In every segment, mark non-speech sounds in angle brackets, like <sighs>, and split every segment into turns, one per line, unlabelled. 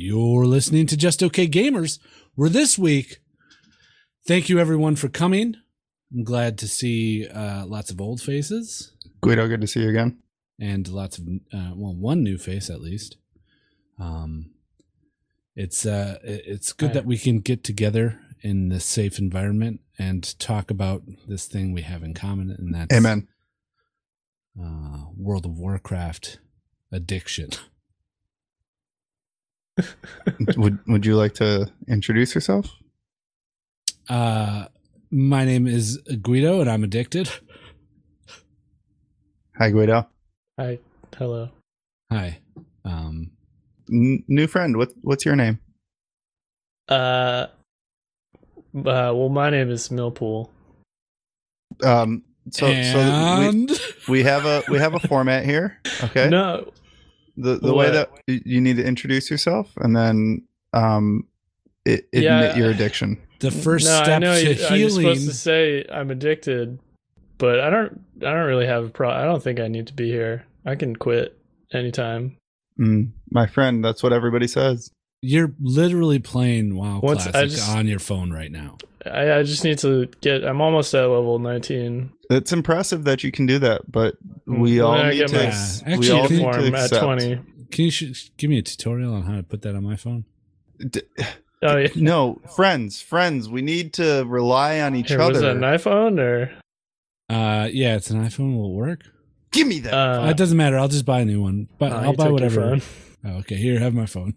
You're listening to Just Okay Gamers. We're this week. Thank you, everyone, for coming. I'm glad to see uh, lots of old faces
Guido, good to see you again.
and lots of uh, well, one new face at least. Um, it's uh, it- it's good
Hi.
that we can get together in this safe environment and talk about this thing we have in common, and that's
<laughs>
Amen.
uh, World of Warcraft addiction.
would Would you like to introduce yourself?
Uh, my name is Guido, and I'm addicted.
Hi, Guido.
Hi. Hello.
Hi. Um,
N- new friend. What What's your name?
Uh, uh, well, my name is Millpool.
Um. So so we,
and
we have a we have a format
<laughs>
here. Okay.
No,
the the way
What?
that y- you need to introduce yourself and then um it, admit
Yeah.
your addiction.
the first
no, I
step
know
to
you- I'm
healing.
supposed to say I'm addicted, but I don't. I don't really have a pro. I don't think I need to be here. I can quit anytime.
Mm, my friend, that's what everybody says.
You're literally playing WoW
Once I
Classic
just-
on your phone right now.
I, I just need to get. I'm almost at level 19
It's impressive that you can do that, but
Mm,
we
well,
all
then I
need
get
to.
my
ex-
Yeah,
we
actually,
all
I think-
need to
form at
accept.
20.
Can you sh- give me a tutorial on how to put that on my phone?
D-
Oh yeah.
no, friends, friends. We need to rely on each
Here, was
other.
that an iPhone or? <laughs>
Uh, yeah, it's an iPhone. Will it work?
Give me that.
Uh,
it doesn't matter. I'll just buy a new one. But
oh,
I'll
you
buy
took your
whatever.
phone.
Oh, okay, here, have my phone.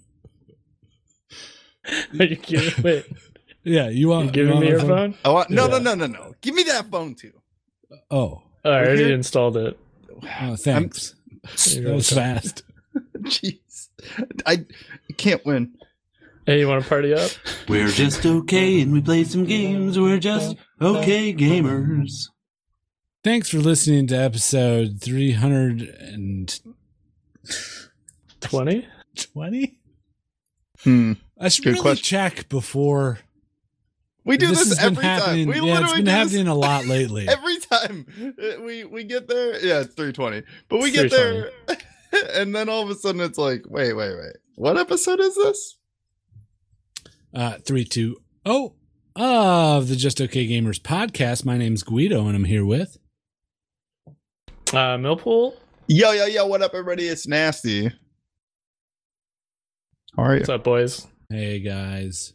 Are you
<laughs>
kidding? Wait,
Yeah, you want
you giving
want
me
my
your phone?
Oh, I want no, no,
Yeah.
no, no, no. Give me that phone too. <laughs>
Oh,
Oh, I
We're
already
here-
installed it.
oh,
<laughs>
thanks.
You're
That was
welcome.
fast.
Jeez, I can't win.
Hey, you want to party up?
We're just okay and we play some games. We're just okay gamers.
Thanks for listening to episode three hundred and
20?
twenty.
Hmm.
I should
Good
really
question.
check before.
We do this,
has
every
been happening.
time. We
yeah, it's
literally
been
do
happening
this
a
<laughs>
lot lately.
every time. Uh, We we get there. Yeah, it's three twenty. But we
It's
get there, <laughs> and then all of a sudden it's like, wait, wait, wait. What episode is this?
Uh, three, two, oh, of the Just Okay Gamers podcast. My name's Guido, and I'm here with.
Uh, Millpool?
Yo, yo, yo! What up, everybody? It's nasty. How are you?
What's up, boys?
Hey guys,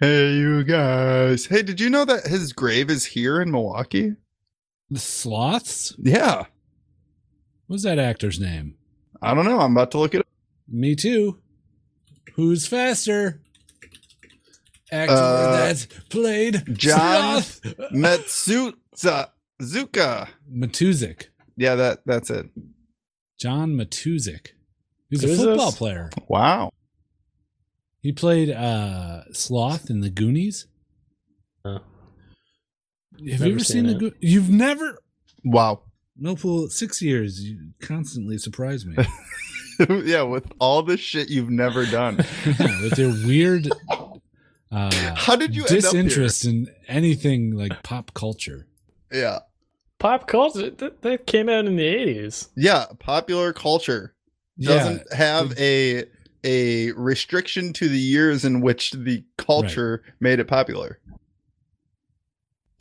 Hey, you guys. Hey, did you know that his grave is here in Milwaukee?
the sloths.
Yeah.
What's that actor's name?
I don't know. I'm about to look it up.
Me too. Who's faster? Actor
Uh,
that's played
John
Sloth
Metsuza Zuka.
Matuzik.
Yeah, that that's it.
John Matuzik. He's a
Who's
football
this?
player.
Wow.
He played uh, Sloth in the Goonies.
Huh.
Have
Never
you ever seen,
seen
the
it.
Go- You've never
Wow. <laughs>
No pool six years. You constantly surprise
<laughs>
me
yeah, with all the shit you've never done.
with your
<laughs>
weird uh,
How did you
disinterest in anything like pop culture.
end up
Pop culture? That, that came out in the 80s.
here? Yeah. Yeah, popular culture doesn't have a a restriction to the years in which the culture made it popular.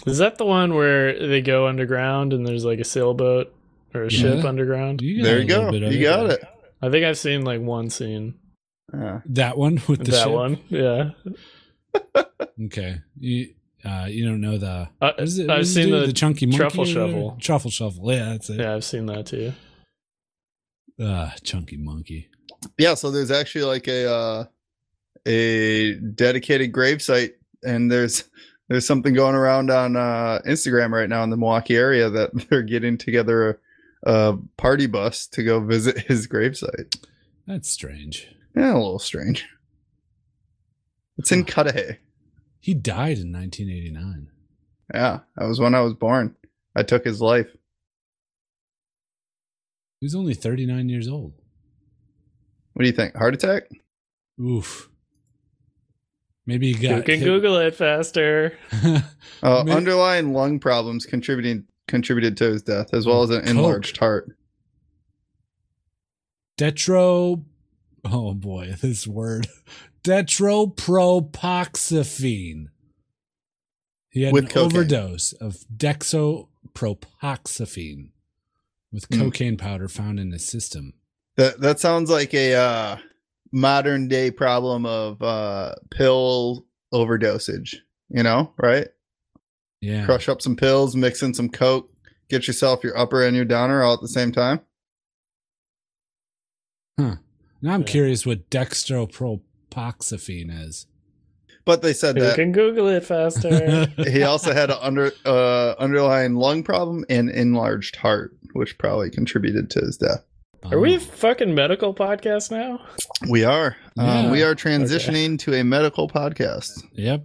Is that the one where they go underground and there's like a sailboat or a
Yeah.
ship underground?
You got
there
a
you
little
go.
bit of
You got it.
I think I've seen like one scene.
Yeah.
That one with the
that
ship?
one? Yeah.
Okay, you uh, you don't know the.
Uh,
what is it- what
I've
does it
seen
do?
the
chunky monkey
truffle
or whatever?
shovel.
Truffle shovel. Yeah, that's it.
Yeah, I've seen that too.
Uh, chunky monkey.
Yeah, so there's actually like a uh, a dedicated gravesite, and there's <laughs> there's something going around on uh, Instagram right now in the Milwaukee area that <laughs> they're getting together a, a party bus to go visit <laughs> his gravesite.
That's strange.
Yeah, a little strange. It's in Cudahy.
He died in 1989.
Yeah, that was when I was born. I took his life.
He was only 39 years old.
What do you think? Heart attack?
Oof. Maybe he got
You can
hit-
Google it faster.
Uh,
Maybe-
underlying lung problems contributing contributed to his death, as well as an
Coke.
enlarged heart.
<laughs> Detro Oh boy, <laughs> this word. Detropropoxyphene. He had
With
an
cocaine.
overdose of dexopropoxyphene with
Hmm.
cocaine powder found in his system.
That that sounds like a uh, modern day problem of uh, pill overdosage. You know, right?
Yeah.
Crush up some pills, mix in some coke, get yourself your upper and your downer all at the same time.
Now I'm
Yeah.
curious what dextropropoxyphene is.
But they said
You
that
can Google it
<laughs>
faster.
he also had an under uh, underlying lung problem and enlarged heart, which probably contributed to his death.
Um,
Are we a fucking medical podcast now?
We are
Yeah.
um, we are transitioning to a medical podcast.
Yep.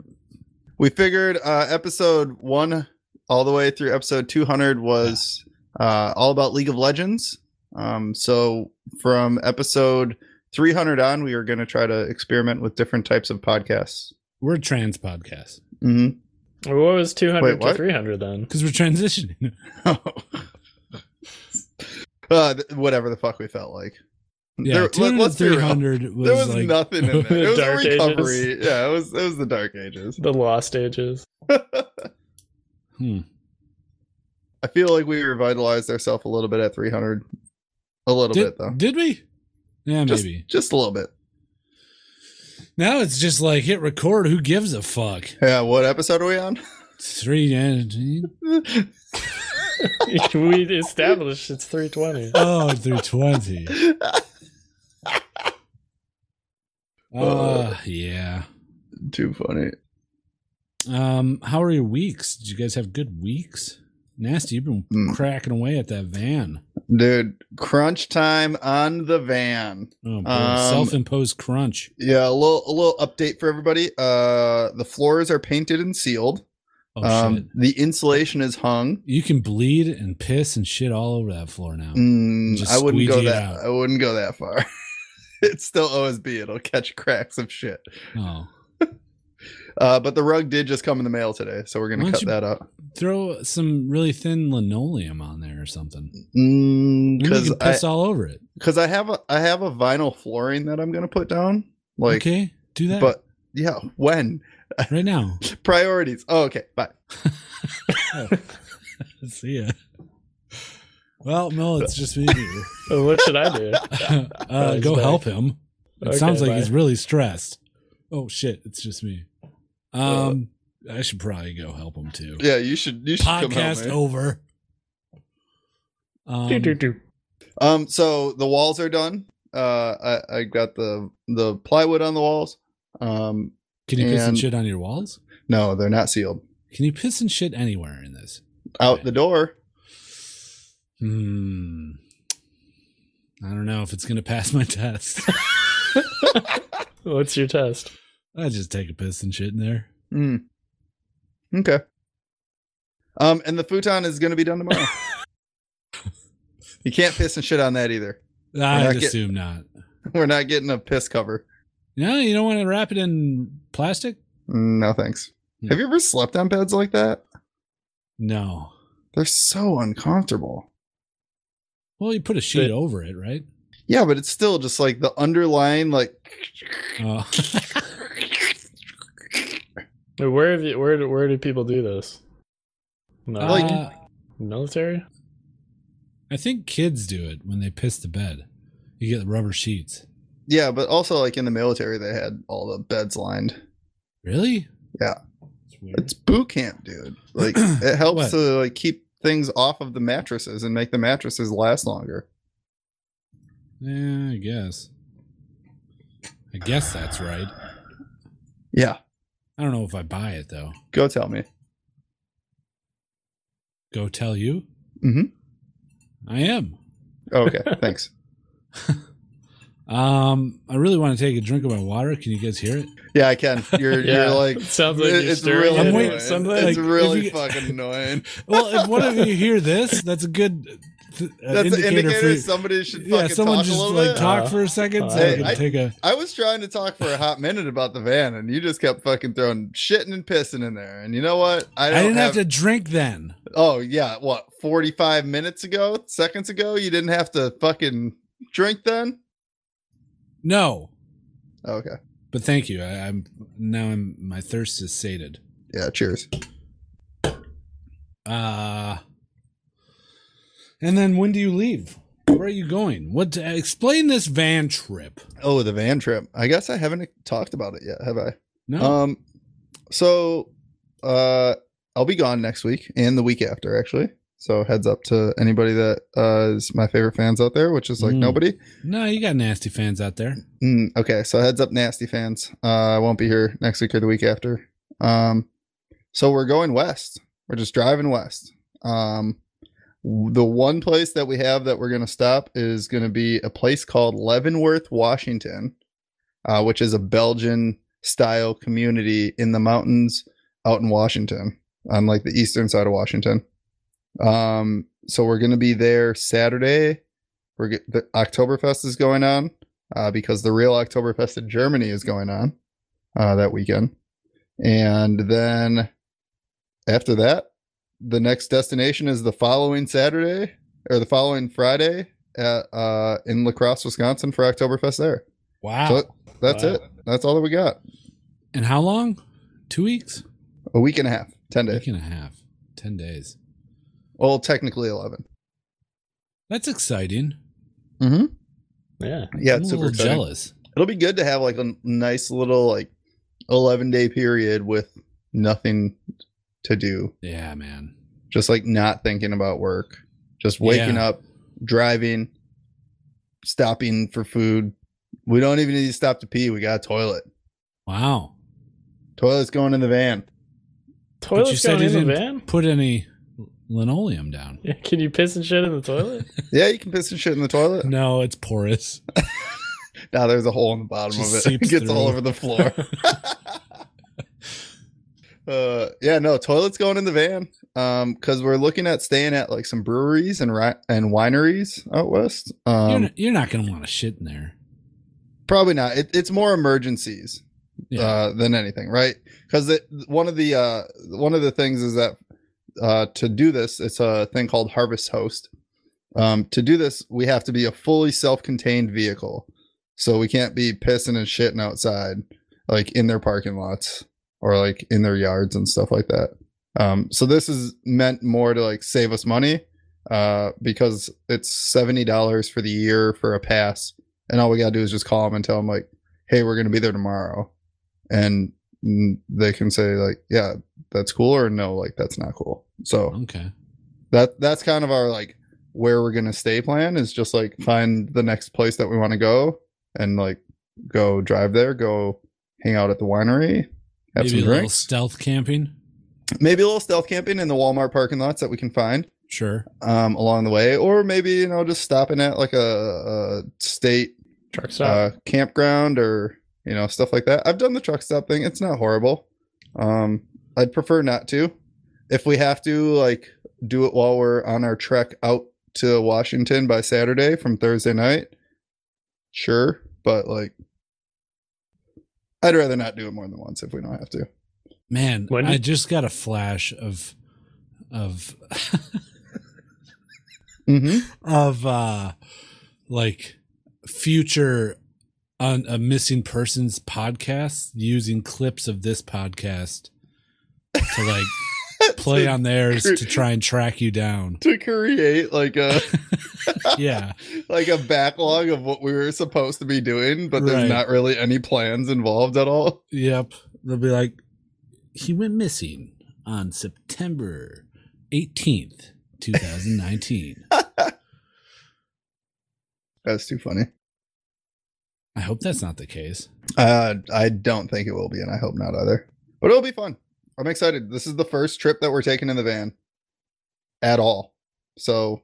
We figured uh, episode one all the way through episode 200 was uh, all about League of Legends. Um, so from episode 300 on, we are going to try to experiment with different types of podcasts.
We're a trans podcast
hmm
What was 200
Wait, what?
to 300 then?
because we're
<laughs>
transitioning.
<laughs> uh, th- whatever the fuck we felt like.
Yeah,
There-
two
let,
hundred
let's be real.
hundred was,
There was
like, <laughs>
nothing in there. It was
Dark
a
Ages.
recovery. Yeah, it was it was the dark ages.
The Lost Ages.
hmm.
I feel like we revitalized ourselves a little bit at 300. A little
Did,
bit though.
did we? Yeah,
Just,
maybe.
just a little bit.
Now it's just like hit record. Who gives a fuck?
Yeah, what episode are we on? <laughs>
Three. uh,
<laughs> we established it's 320.
Oh, through
<laughs>
twenty. Uh, yeah.
Too funny.
Um, how are your weeks? Did you guys have good weeks? Nasty, you've been
Mm.
cracking away at that van.
Dude, crunch time on the van.
Oh, boy.
Um,
self-imposed crunch.
Yeah, a little a little update for everybody. Uh the floors are painted and sealed.
Oh shit!
um the insulation is hung.
You can bleed and piss and shit all over that floor now.
Mm,
Just
I wouldn't go
squeegee it
that
out.
I wouldn't go that far. <laughs> it's still OSB. It'll catch cracks of shit.
Oh,
Uh but the rug did just come in the mail today, so we're
Why
gonna
don't
cut
you-
that out.
throw some really thin linoleum on there or something. Then you
because
can piss all over it.
because I have a I have a vinyl flooring that I'm gonna put down. Like,
okay, do that
but yeah, when
<laughs> right
<laughs>
now.
priorities? Oh, okay, bye.
See ya. Well, no, it's just me. and
<laughs>
you.
Well, what should I do?
uh, go
back.
help him. It
Okay,
sounds like
bye.
he's really stressed. Oh shit! It's just me. Um, I should probably go help him too.
Uh, Yeah, you should you should come help
Podcast
me.
over. Um,
Do, do, do.
Um, so the walls are done. Uh, I, I got the the plywood on the walls. Um,
Can you piss and
And-
shit on your walls?
no, they're not sealed.
Can you piss and shit anywhere in this?
Out the door.
Hmm. I don't know if it's gonna <laughs> pass my test.
What's your test?
I just take a piss and shit in there.
Mm. Okay. Um, and the futon is going to be done
<laughs>
tomorrow. you can't piss and shit on that either. <laughs>
I'd
not get-
assume not.
We're not getting a piss cover.
No, you don't want to wrap it in plastic.
No thanks.
Hmm.
Have you ever slept on beds like that?
No.
They're so uncomfortable.
Well, you put a sheet
But-
over it, right?
Yeah, but it's still just like the underlying like
Oh.
Where have you? Where do- where do people do this? No,
Like-
Uh,
military. <laughs>
I think kids do it when they piss the bed. You get rubber sheets.
<laughs> yeah, but also like in the military they had all the beds lined.
Really?
Yeah.
It's weird.
It's boot camp,
<clears throat>
dude. Like it helps
What?
to like keep things off of the mattresses and make the mattresses last longer.
Yeah, I guess. I guess that's right.
Yeah,
I don't know if I buy it though.
go tell me.
Go tell you.
Mhm.
I am.
Oh,
<laughs>
Okay, thanks.
Um, I really want to take a drink of my water. Can you guys hear it?
Yeah, I can. You're
Yeah.
you're like
It <laughs> sounds like
it-
you're
it's
stirring
really
it or
annoying.
something.
Like,
It's
if
really
you- <laughs>
fucking annoying.
Well, if one of you hear this, that's a good th- uh,
That's
indicator,
an
for
indicator
you.
somebody should fucking
yeah, someone
talk
just
a little
like
bit.
talk
Uh,
for a second so I
hey,
can
I-
take a.
I was trying to talk for a hot minute about the van, and you just kept fucking throwing shitting and pissing in there. And you know what? I,
I,
don't
didn't have, to
have,
drink then.
Oh yeah, what? Forty-five minutes ago, seconds ago, you didn't have to fucking drink then.
No,
Okay.
but thank you. I, I'm now. I'm my thirst is sated.
Yeah. Cheers.
Uh and then when do you leave? Where are you going? What? Explain this van trip.
Oh, the van trip. I guess I haven't talked about it yet, have I?
No.
Um, so uh, I'll be gone next week and the week after, actually. So heads up to anybody that uh, is my favorite fans out there, which is like
Mm.
nobody.
no, you got nasty fans out there.
Mm, okay, so heads up, nasty fans. Uh, I won't be here next week or the week after. Um, so we're going west. We're just driving west. Um, w- the one place that we have that we're going to stop is going to be a place called Leavenworth, Washington, uh, which is a Belgian style community in the mountains out in Washington, on like the eastern side of Washington. Um, so we're going to be there Saturday. We're get, the Oktoberfest is going on uh, because the real Oktoberfest in Germany is going on uh, that weekend. And then after that, the next destination is the following Saturday or the following Friday at, uh, in La Crosse, Wisconsin for Oktoberfest there.
Wow.
So that's
Wow.
it. That's all that we got.
and how long? Two weeks?
A week and a half, 10
Week
days.
and a half. Ten days.
Well, technically 11.
That's exciting.
Mm-hmm.
Yeah.
Yeah,
I'm
it's
a
super
little
exciting.
jealous.
It'll be good to have like a n- nice little like 11 day period with nothing to do
Yeah, man.
just like not thinking about work, just waking
Yeah.
up, driving, stopping for food. We don't even need to stop to pee. We got a toilet.
Wow.
Toilet's going in
<laughs>
the van.
you
Toilet's
said
going
you
in the
didn't-
van?
Put any linoleum down.
Yeah, <laughs> Can you piss and shit in the toilet?
Yeah, you can piss and shit in the toilet.
No, it's porous.
Now there's a hole in the bottom
Just
of it. <laughs>
seeps
It gets all
through.
over
<laughs>
the floor. uh, yeah, no, toilet's going in the van. Um, because we're looking at staying at like some breweries and ri- and wineries out west.
you're
Um,
not, you're not gonna want to shit in there.
probably not. It, it's more emergencies.
Yeah.
uh, than anything, right? Because one of the uh, one of the things is that uh, to do this, it's a thing called Harvest Host. Um, to do this, we have to be a fully self-contained vehicle, so we can't be pissing and shitting outside, like in their parking lots or like in their yards and stuff like that. Um, so this is meant more to like save us money, uh, because it's seventy dollars for the year for a pass, and all we gotta do is just call them and tell them like, "Hey, we're gonna be there tomorrow," and mm, they can say like, "Yeah, that's cool," or "No, like that's not cool." So
okay.
that that's kind of our like where we're gonna stay plan is just like find the next place that we want to go and like go drive there, go hang out at the winery, have
Maybe a
some
little
drinks,
stealth camping.
maybe a little stealth camping in the Walmart parking lots that we can find
Sure.
um, along the way, or maybe you know just stopping at like a, a state
Truck stop.
uh, campground or you know stuff like that. I've done the truck stop thing; it's not horrible. Um, I'd prefer not to. If we have to, like, do it while we're on our trek out to Washington by Saturday from Thursday night, sure. But like, I'd rather not do it more than once if we don't have to.
Man,
When
I
did-
just got a flash of of
Mm-hmm.
of uh like future on a missing persons podcast using clips of this podcast to like play on theirs to try and track you
<laughs>
down.
to create like a
<laughs>
Yeah.
like a backlog of what we were supposed to be doing, but there's
Right.
not really any plans involved at all.
Yep. They'll be like he went missing on September 18th, 2019.
That's too funny.
I hope that's not the case.
Uh, I don't think it will be, and I hope not either. But it'll be fun. I'm excited. This is the first trip that we're taking in the van at all. So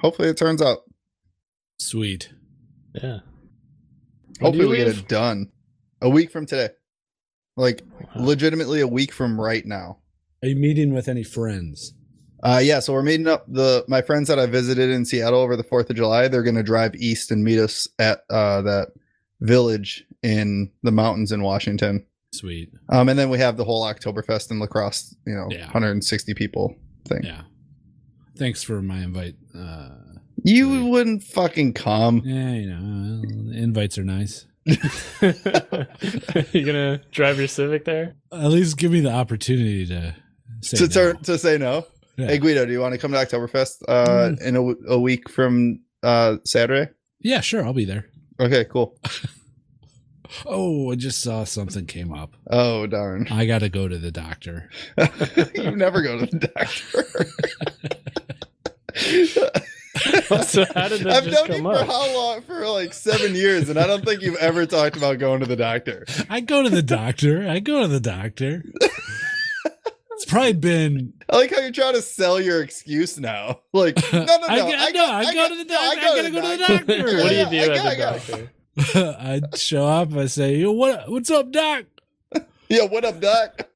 hopefully it turns out.
Sweet.
yeah. When do
Hopefully
you
we get
leave?
it done a week from today. Like
Wow.
legitimately a week from right now.
Are you meeting with any friends?
Uh, yeah, so we're meeting up the my friends that I visited in Seattle over the Fourth of July. They're gonna drive east and meet us at uh, that village in the mountains in Washington.
Sweet.
Um, and then we have the whole Oktoberfest in lacrosse, you know,
Yeah.
160 people thing.
Yeah. Thanks for my invite. Uh,
You wouldn't fucking come.
Yeah, you know, well, invites are nice.
<laughs> you gonna drive your Civic there? <laughs>
At least give me the opportunity to say
to,
no.
turn, to say no.
Yeah. Mm.
Hey Guido, do you want to come to Oktoberfest uh, in a, w- a week from uh, Saturday?
yeah, sure, I'll be there.
Okay, cool.
Oh, I just saw something came up.
Oh darn, <laughs>
I got to go to the doctor.
you never go to the doctor.
<laughs>
So how did that
I've
just
known you
come
for
up?
how long? For like seven years, and I don't think you've ever talked about going to the doctor.
I go to the doctor. I go to the doctor. It's probably been. <laughs>
I like how you're trying to sell your excuse now. <laughs> Like, no, no, no.
I, go- no, I, go to the doctor.
no,
I, gotta go to the doctor.
what do you
Yeah, I
do
got- I
at the
got-
doctor?
I show up. I say, "Yo, what? What's up, doc?"
Yeah, what up, doc?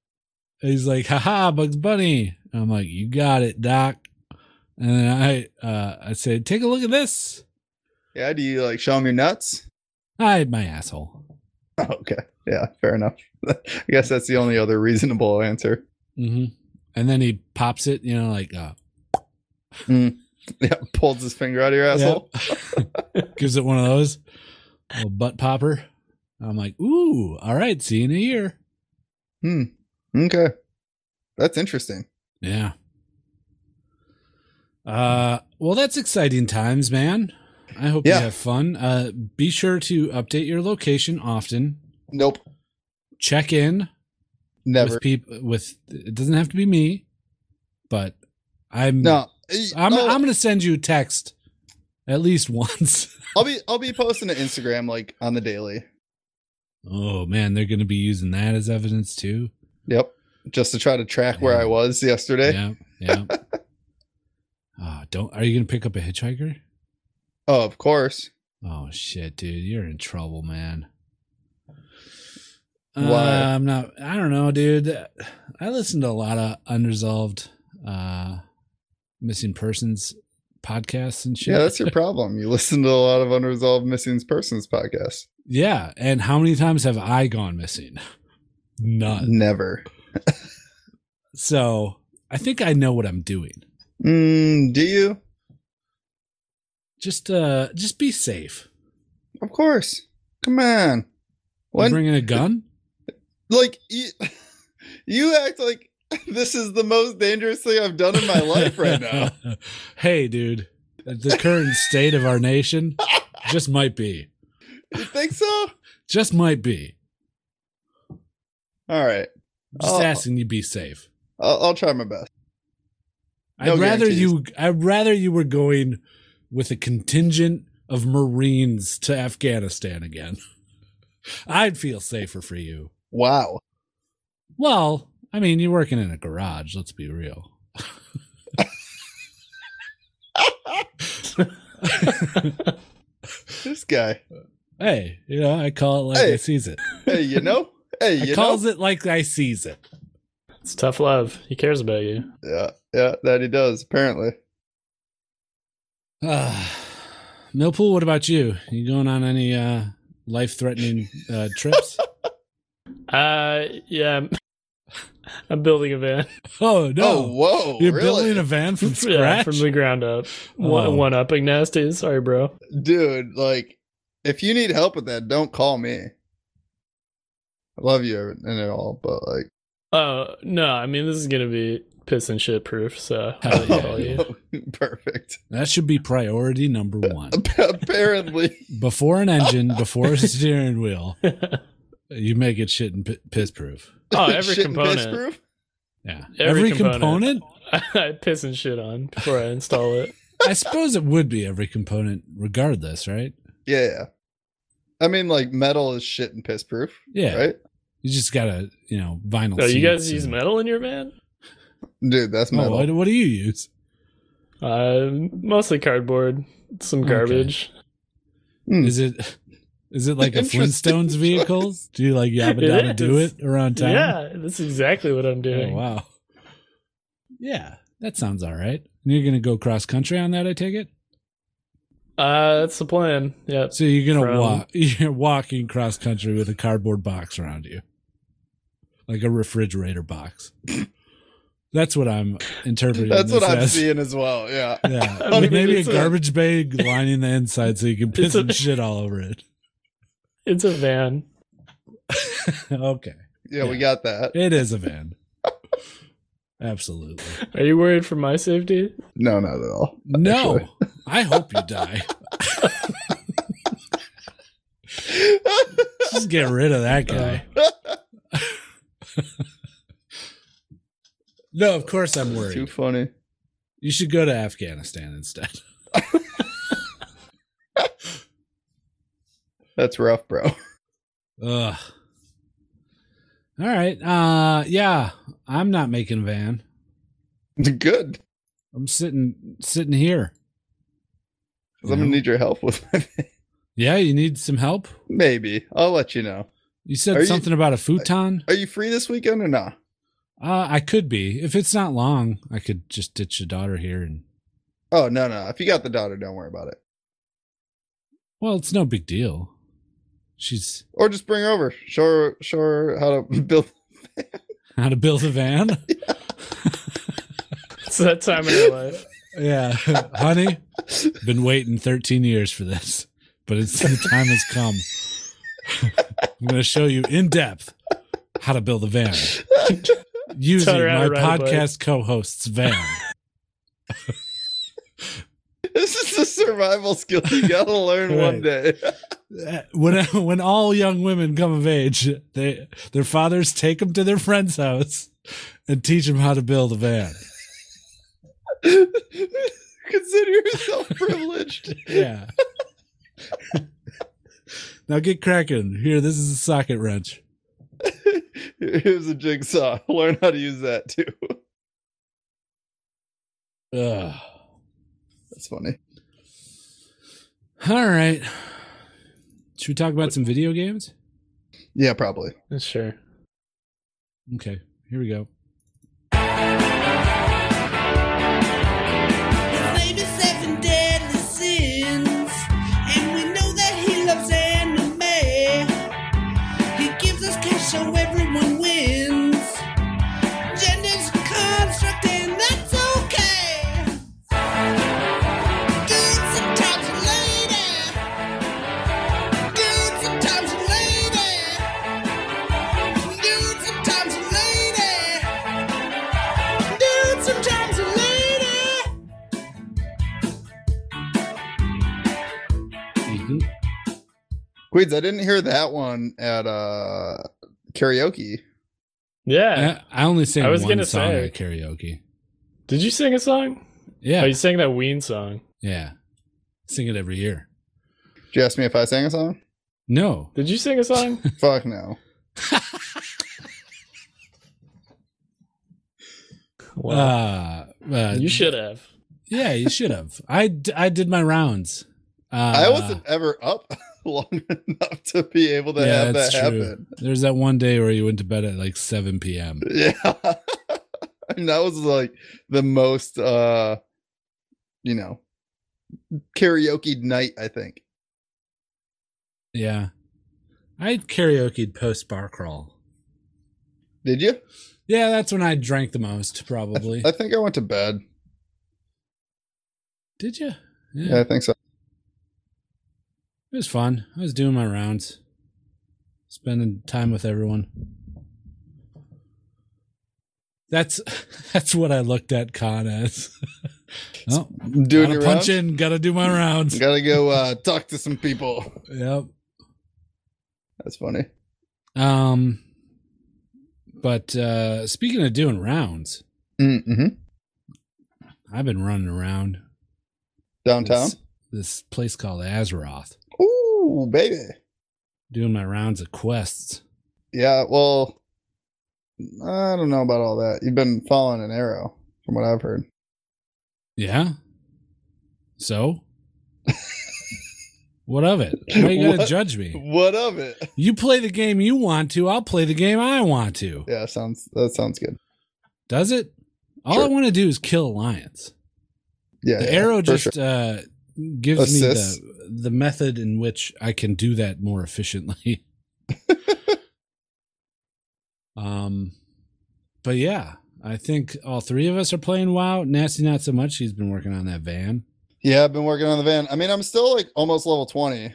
And he's like, "Haha, Bugs Bunny." And I'm like, "You got it, doc." And then I, uh, I say, "Take a look at this."
Yeah, do you like show him your nuts? <laughs>
I my asshole.
Oh, okay, yeah, fair enough. <laughs> I guess that's the only other reasonable answer. <laughs>
hmm And then he pops it. You know, like uh,
Yeah, pulls his finger out of your asshole.
Yep. Gives it one of those little butt popper. I'm like, ooh, all right, see you in a year.
Hmm. Okay, that's interesting.
Yeah. Uh, well, that's exciting times, man. I hope
Yeah.
you have fun. Uh, be sure to update your location often.
Nope,
Check in
never.
with people. With it doesn't have to be me, but I'm
No,
I'm
Oh.
I'm gonna send you a text at least <laughs> once.
I'll be I'll be posting to Instagram like on the daily.
Oh man, they're going to be using that as evidence too.
Yep. Just to try to track where
Yeah.
I was yesterday.
Yeah, yeah. <laughs> Ah, don't. Are you going to pick up a hitchhiker?
Oh, of course.
Oh shit, dude, you're in trouble, man.
Why?
Uh, I'm not. I don't know, dude. I listen to a lot of unresolved, uh, missing persons podcasts and shit. <laughs>
Yeah, that's your problem. You listen to a lot of unresolved missing persons podcasts.
yeah. And how many times have I gone missing? <laughs> None.
Never.
So I think I know what I'm doing.
Mm, do you?
Just, uh, just be safe.
Of course. Come on.
When?
When
Bringing a gun?
like you, <laughs> you act like <laughs> this is the most dangerous thing I've
<laughs>
done in my life right now.
hey, dude, the current state of our
<laughs>
nation just might be,
You think so?
just might be.
All right.
I'm just
Oh.
asking you be safe.
I'll, I'll try my best. No
I'd rather
guarantees.
you. I'd rather you were going with a contingent of Marines to Afghanistan again. <laughs> I'd feel safer for you.
Wow.
Well, I mean, you're working in a garage. Let's be real.
This guy.
Hey, you know, I call it like
Hey.
I sees it.
Hey,
<laughs>
you know? Hey,
I
you know?
calls it like I sees it.
It's tough love. He cares about you.
Yeah, yeah, that he does, apparently.
Uh, Millpool, what about you? You going on any uh, life-threatening uh,
<laughs>
trips?
Uh, yeah. <laughs> I'm- I'm building a van.
oh no!
Oh, whoa.
You're
really?
building a van from scratch.
<laughs> Yeah, from the ground up. One,
Oh.
one upping nasty. Sorry, bro.
dude like if you need help with that don't call me i love you and it all but like
Oh no, I mean this is gonna be piss and shit
<laughs>
proof. So
Hell
I'll
yeah.
call you. <laughs>
<laughs> perfect
that should be priority number
<laughs>
one. <laughs>
apparently
Before an engine, before a steering wheel, you make it shit and p- piss proof.
oh, every
shit and piss
component.
proof?
Yeah,
Every
component.
component. <laughs> I piss and shit on before I
<laughs>
install it.
I suppose it would be every component, regardless, right?
yeah yeah. i mean like metal is shit and piss proof
Yeah,
right
you just gotta, you know, vinyl.
Oh, you guys
seats
use
and-
metal in your van?
dude that's
Oh,
metal
what, what do you use?
Uh, mostly cardboard, some
Okay.
garbage.
Hmm.
<laughs>
Is it is it like a
Interesting
Flintstones vehicle?
choice.
Do you like yabba
It
dabba do
is.
it around town?
Yeah, that's exactly what I'm
Oh,
doing.
wow. Yeah, that sounds all right. And you're gonna go cross country on that, I take it.
Uh, that's the plan. Yep.
So you're gonna
From-
walk. <laughs> You're walking cross country with a cardboard box around you, like a refrigerator box. <clears throat> That's what I'm interpreting.
That's
this
what I'm
as.
seeing as well. Yeah.
<laughs> Yeah,
I mean,
maybe a
it's a-
garbage bag lining the inside so you can piss
a-
some shit all over it. <laughs>
It's a van.
okay,
Yeah, we
Yeah.
got that.
it is a van.
<laughs>
Absolutely.
Are you worried for my safety?
No, not at all.
No,
<laughs>
I hope you die. Just get rid of
<laughs>
that
Uh,
guy. no, of course I'm
Too
worried.
funny.
You should go to Afghanistan instead.
That's rough, bro. <laughs>
Ugh. All right. Uh, yeah, I'm not making a van.
Good.
I'm sitting sitting here.
'Cause I'm gonna need your help with <laughs> my
Yeah, you need some help.
Maybe. I'll let you know.
You said
Are you-
something about a futon.
Are you free this weekend or not?
Uh, I could be. If it's not long, I could just ditch the daughter here and
Oh no, no. If you got the daughter, don't worry about it.
well, it's no big deal. She's
Or just bring her over. Show her show her how to <laughs> build
how to build a van.
It's that time in your life.
yeah.
<laughs>
Honey, been waiting 13 years for this, but it's the time has come. I'm going to show you in depth how to build a van using
Tell her how
my
to ride a bike.
podcast co-host's van.
This is a survival skill you gotta learn one
Right.
day.
Uh, when when all young women come of age, they their fathers take them to their friend's house and teach them how to build a van.
<laughs> Consider yourself privileged. <laughs>
<laughs>
Yeah. now get cracking. Here, this is a socket wrench.
Here's a jigsaw. <laughs> Learn how to use that too.
Ugh.
That's funny.
All right. Should we talk about some video games?
Yeah, probably.
Sure.
Okay, here we go.
His name is Seven Deadly Sins, and we know that he loves anime. He gives us cash so everyone wins. Gender's a construct, and that's okay. Good sometimes and later. Good sometimes and later. Good sometimes and later. Good sometimes and later.
Mm-hmm. Queens, I didn't hear that one at uh karaoke.
Yeah.
I, I only sang
I was
one
gonna
song
say.
at karaoke.
Did you sing a song?
Yeah,
Oh, you sang that Ween song.
yeah. Sing it every year.
Did you ask me if I sang a song?
No,
Did you sing
<laughs>
a song?
Fuck no.
Wow.
uh, uh,
you should have.
Yeah, you should
<laughs>
have. I, d- I did my rounds. Uh,
I wasn't ever up <laughs> long enough to be able to
Yeah,
have that
that's true.
happen.
There's that one day where you went to bed at like 7 p.m.
Yeah. <laughs> and that was like the most uh you know karaoke night, I think.
Yeah. I karaoke'd post bar crawl.
Did you?
Yeah, that's when I drank the most,
I, th-
probably.
I think I went to bed.
Did you? Yeah,
Yeah, I think so.
It was fun. I was doing my rounds, spending time with everyone. That's <laughs> that's what I looked at Con as. <laughs> oh,
Doing
gotta
your
punch
rounds?
in, gotta do my rounds.
Gotta go uh talk to some people. <laughs>
Yep.
That's funny.
Um, but uh, speaking of doing rounds,
Mm-hmm.
I've been running around
Downtown.
This, this place called Azeroth,
Ooh, baby.
doing my rounds of quests.
Yeah, well, I don't know about all that. You've been following an arrow, from what I've heard.
Yeah.
<laughs>
So, what of it? Why you gotta
What?
judge me?
What of it?
You play the game you want to. I'll play the game I want to.
Yeah, sounds that sounds good.
Does it? All I
Sure.
want to do is kill alliance.
Yeah,
the
yeah,
arrow
for
just
sure.
uh, gives
Assists.
me the the method in which I can do that more efficiently.
<laughs>
um, but yeah, I think all three of us are playing WoW. Nasty, not so much. He's been working on that van.
Yeah, I've been working on the van. I mean, I'm still like almost level 20.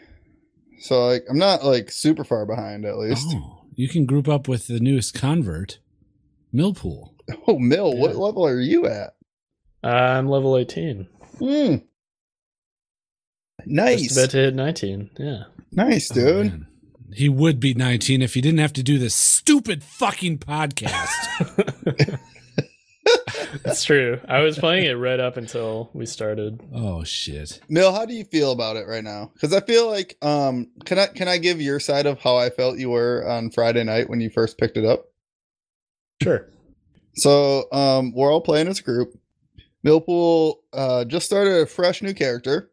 So like I'm not like super far behind at least.
Oh, you can group up with the newest convert, Millpool.
<laughs> Oh, Mill, what
Yeah.
level are you at?
I'm level 18.
Hmm.
Just
Nice.
about to hit 19. Yeah.
Nice,
Oh,
dude.
man. he would be 19 if he didn't have to do this stupid fucking podcast.
That's true. I was playing it right up until we started.
oh, shit.
Mill, how do you feel about it right now? Cuz I feel like um can I can I give your side of how I felt you were on Friday night when you first picked it up?
Sure.
So um, we're all playing as a group. Millpool uh, just started a fresh new character,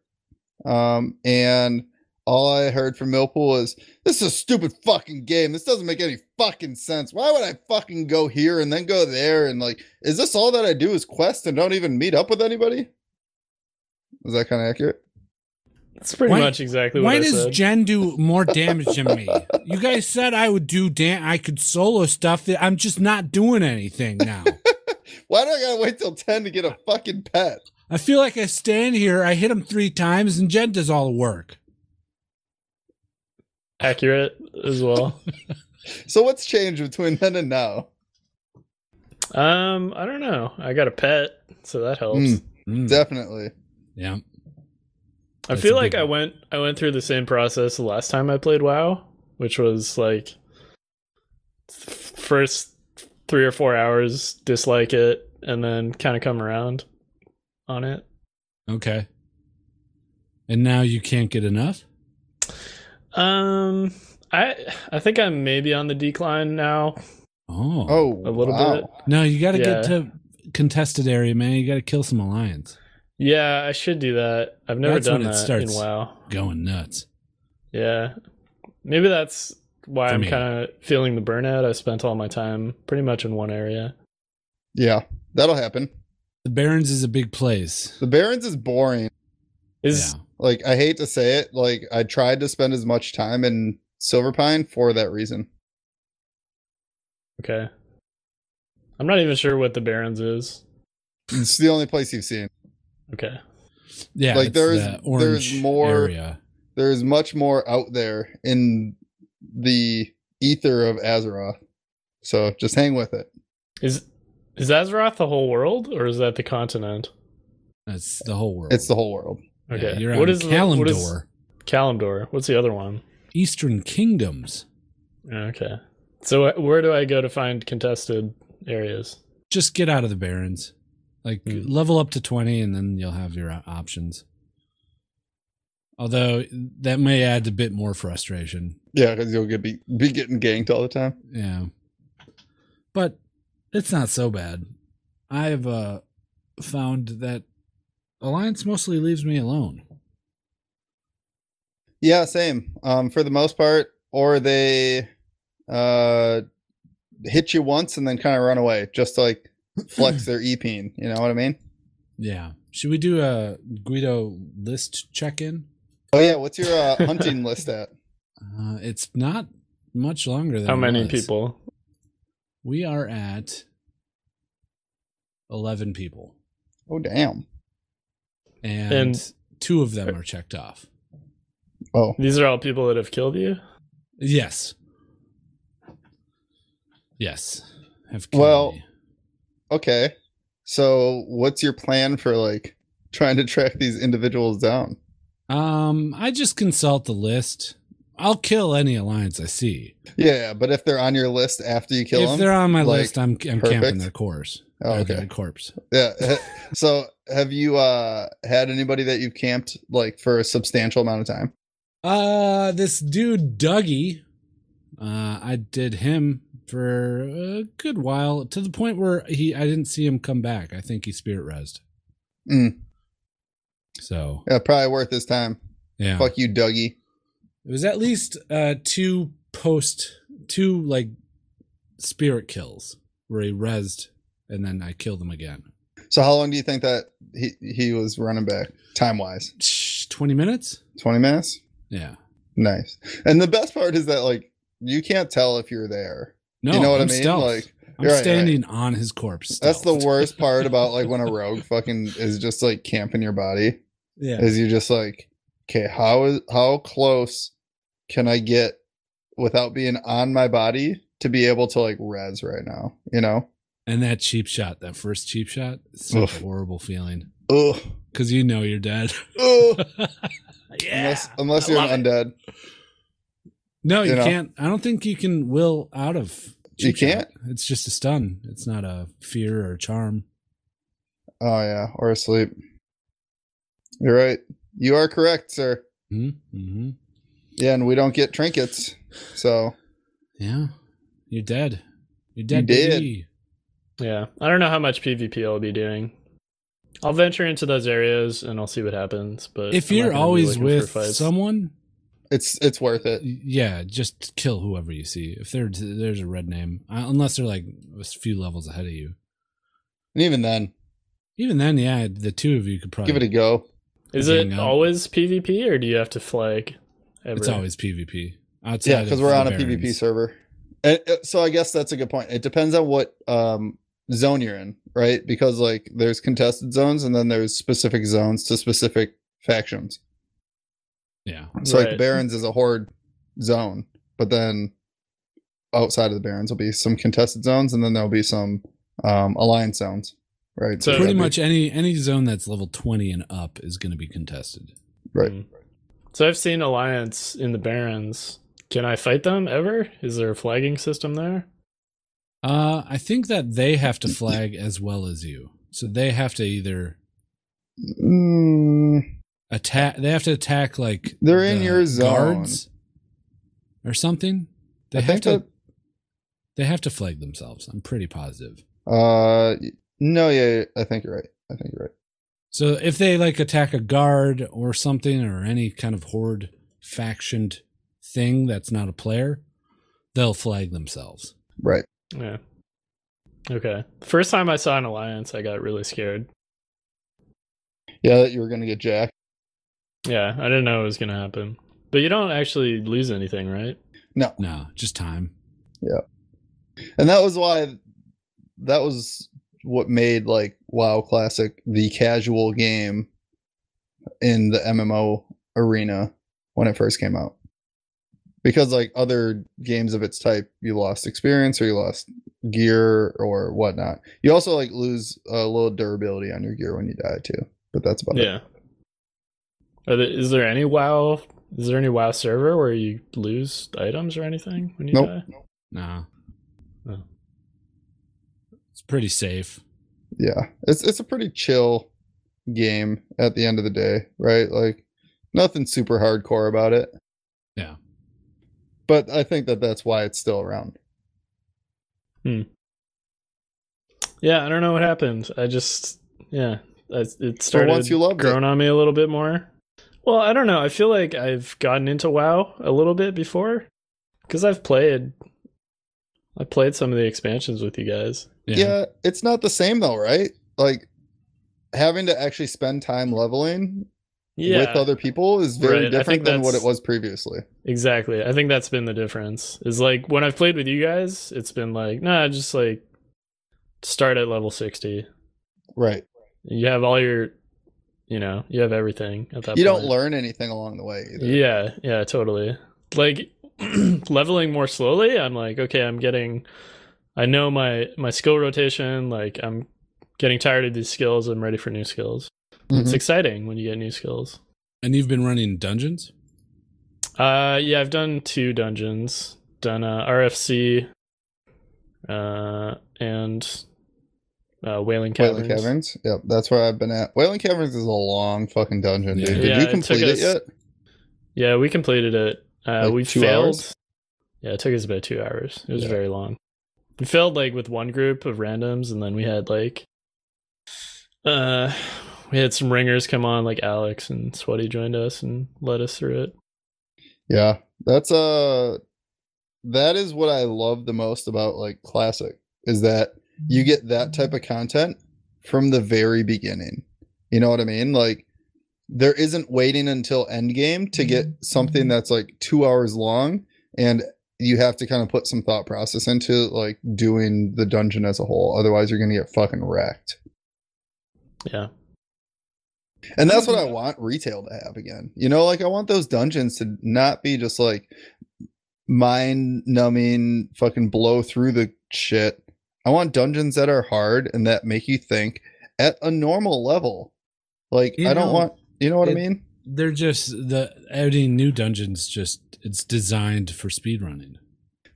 um, and all I heard from Millpool is, "This is a stupid fucking game. This doesn't make any fucking sense. Why would I fucking go here and then go there? And like, is this all that I do is quest and don't even meet up with anybody?" Is that kind of accurate?
That's pretty
Why-
much exactly what
Why
I
does
said.
Jen do
<laughs>
more damage than me? You guys said I would do dan- I could solo stuff that I'm just not doing anything now.
Why do I gotta wait till ten to get a fucking pet?
I feel like I stand here, I hit him three times, and Jen does all the work.
Accurate
<laughs>
as well.
So what's changed between then and now?
um, I don't know. I got a pet, so that helps.
Mm.
Hmm.
Mm,
Definitely.
yeah.
I
That's
feel
a
like
big
I
one.
went I went through the same process the last time I played WoW, which was like f- first three or four hours dislike it and then kind of come around on it.
Okay. And now you can't get enough?
Um, I I think I'm maybe on the decline now.
Oh.
Oh,
A little
wow.
bit.
No, you got to
Yeah.
get to contested area, man. You got to kill some alliance.
Yeah, I should do that. I've never
That's
done
when it
that in
starts.
WoW.
Going nuts.
Yeah, maybe that's why
For
I'm
me.
kind of feeling the burnout. I spent all my time pretty much in one area.
Yeah, that'll happen.
The Barrens is a big place.
The Barons is boring.
Is
like I hate to say it, like I tried to spend as much time in Silverpine for that reason.
okay. I'm not even sure what the Barons is.
It's the only place you've seen.
Okay.
yeah. yeah
like,
it's
there is-
the
there's
orange
more-
area.
There is much more out there in the ether of Azeroth. So just hang with it.
Is is Azeroth the whole world or is that the continent?
That's the whole world.
It's the whole world.
Okay.
Yeah, you're
what
on
is the-
Kalimdor,
what is Kalimdor? What's the other one?
Eastern Kingdoms.
Okay. So wh- where do I go to find contested areas?
Just get out of the Barrens. Like
Hmm.
level up to twenty, and then you'll have your o- options. Although that may add a bit more frustration.
Yeah, because you'll get be, be getting ganked all the time.
Yeah. But it's not so bad. I've uh, found that Alliance mostly leaves me alone.
Yeah, same. Um, for the most part, or they uh hit you once and then kind of run away, just to like
<clears throat>
flex their epine. You know what I mean?
Yeah. Should we do a Guido list check in?
Oh yeah, what's your uh, hunting list at?
Uh, it's not much longer than
How
it
many
was.
people?
We are at 11 people,
Oh damn.
and,
And-
two of them are checked off.
Oh,
These are all people that have killed you?
Yes. Yes. Have killed
Well-
me.
okay. So, what's your plan for like trying to track these individuals down?
um, I just consult the list. I'll kill any alliance I see.
Yeah, but if they're on your list after you kill
if
them,
they're on my
like,
list, I'm I'm camping
perfect.
their corpse.
Oh,
or
okay.
their corpse.
yeah. <laughs> so, have you uh had anybody that you've camped like for a substantial amount of time?
Uh, this dude Dougie, uh, I did him for a good while to the point where he I didn't see him come back. I think he spirit resed.
Mm.
So
Yeah, Uh, probably worth his time.
yeah,
Fuck you, Dougie.
it was at least uh two post two like spirit kills where he resed and then I killed him again.
So, how long do you think that he he was running back time wise?
Shh, Twenty minutes.
Twenty minutes.
Yeah.
Nice. And the best part is that like you can't tell if you're there.
No,
you know what
I'm
I mean?
stealth.
Like,
I'm
Right, right.
standing on his corpse.
That's the
stealthed. <laughs>
worst part about like when a rogue fucking is just like camping your body.
Yeah.
Is you're just like, okay, how is how close can I get without being on my body to be able to like res right now? You know?
And that cheap shot, that first cheap shot, it's such
Oof.
a horrible feeling
Ugh.
because you know you're dead.
Ugh.
yeah.
Unless unless
I
you're
love
an
it.
undead.
<laughs> No, you,
You know?
can't. I don't think you can will out of.
You
cheap shot.
can't?
It's just a stun. It's not a fear or a charm.
Oh yeah, or asleep. You're right. You are correct, sir.
Mm-hmm.
Yeah, and we don't get trinkets. So
Yeah, you're dead. You're dead.
dead.
baby.
Yeah. I don't know how much PvP I'll be doing. I'll venture into those areas and I'll see what happens. But
If
I'm not
you're
gonna be
always
looking for
with
fights.
someone,
it's it's worth it.
yeah, just kill whoever you see. If they're there's a red name, Uh, unless they're like a few levels ahead of you.
And even then,
Even then, yeah, the two of you could probably
give it a go.
is
hang
it
out.
always PvP or do you have to flag? Ever?
It's always PvP. Outside
Yeah, because
of
we're
the
on a
barons.
PvP server. And, uh, so I guess that's a good point. It depends on what um, zone you're in, right? Because like there's contested zones and then there's specific zones to specific factions.
Yeah,
So like
Right.
the Barons is a horde zone, but then outside of the Barons will be some contested zones and then there'll be some um, alliance zones, right?
So-
pretty
that'd be-
much any any zone that's level twenty and up is going to be contested.
right.
Mm. So I've seen Alliance in the Barrens. Can I fight them ever? Is there a flagging system there?
Uh, I think that they have to flag as well as you, so they have to either
Mm,
attack. They have to attack like
They're in
the
your zone.
or something. They
I
have
think
to.
that
They have to flag themselves. I'm pretty positive.
uh no, yeah, yeah, I think you're right. I think you're right.
So if they like attack a guard or something or any kind of horde factioned thing that's not a player, they'll flag themselves.
Right.
Yeah. Okay. First time I saw an Alliance, I got really scared.
Yeah, that you were gonna get Jack.
Yeah, I didn't know it was gonna happen. But you don't actually lose anything, right?
No.
No, just time.
and that was why that was what made like wow classic the casual game in the mmo arena when it first came out because like other games of its type you lost experience or you lost gear or whatnot you also like lose a little durability on your gear when you die too but that's about it
Yeah. Are there, is there any WoW? Is there any WoW server where you lose items or anything when you
Nope.
die?
No.
No.
It's pretty safe.
yeah it's it's a pretty chill game at the end of the day right like nothing super hardcore about it
Yeah.
but i think that that's why it's still around
Yeah, I don't know what happened. I just yeah, I, it
For
started
once you loved it.
growing on me a little bit more. Well, I don't know. I feel like I've gotten into WoW a little bit before because I've played. I played some of the expansions with you guys.
yeah. it's not the same though right like having to actually spend time leveling
Yeah,
with other people is very
Right, I think
different than what it
that's-
was previously
exactly. I think that's been the difference. Is like when I've played with you guys, it's been like nah, just like start at level sixty.
right
You have all your, you know, you have everything at that.
you
point.
don't learn anything along the way either
Yeah, yeah, totally. Like <clears throat> leveling more slowly, I'm like, okay, I'm getting I know my my skill rotation, like I'm getting tired of these skills, I'm ready for new skills.
Mhm.
It's exciting when you get new skills.
And you've been running dungeons?
Uh yeah, I've done two dungeons, done uh RFC uh and uh Wailing Caverns.
Whaling Caverns. Yep, that's where I've been at. Whaling Caverns is a long fucking dungeon, dude.
Yeah.
Did
Yeah, it
you
took
complete it
us-
yet?
Yeah, we completed it. Uh,
Like
we
two
failed.
hours?
Yeah, it took us about two hours. It was
Yeah.
very long. We failed like with one group of randoms, and then we had like, uh, we had some ringers come on, like Alex and Sweaty joined us and led us through it.
Yeah, that's uh that is what I love the most about like classic is that you get that type of content from the very beginning. You know what I mean? Like there isn't waiting until endgame to get something that's like 2 hours long and you have to kind of put some thought process into like doing the dungeon as a whole. Otherwise, you're gonna get fucking wrecked.
Yeah.
And that's what I want retail to have again. You know, like I want those dungeons to not be just like mind numbing, fucking blow through the shit. I want dungeons that are hard and that make you think at a normal level. Like
You
I don't
know,
want you know what I
it-
mean?
They're just the adding new dungeons. Just it's designed for speedrunning.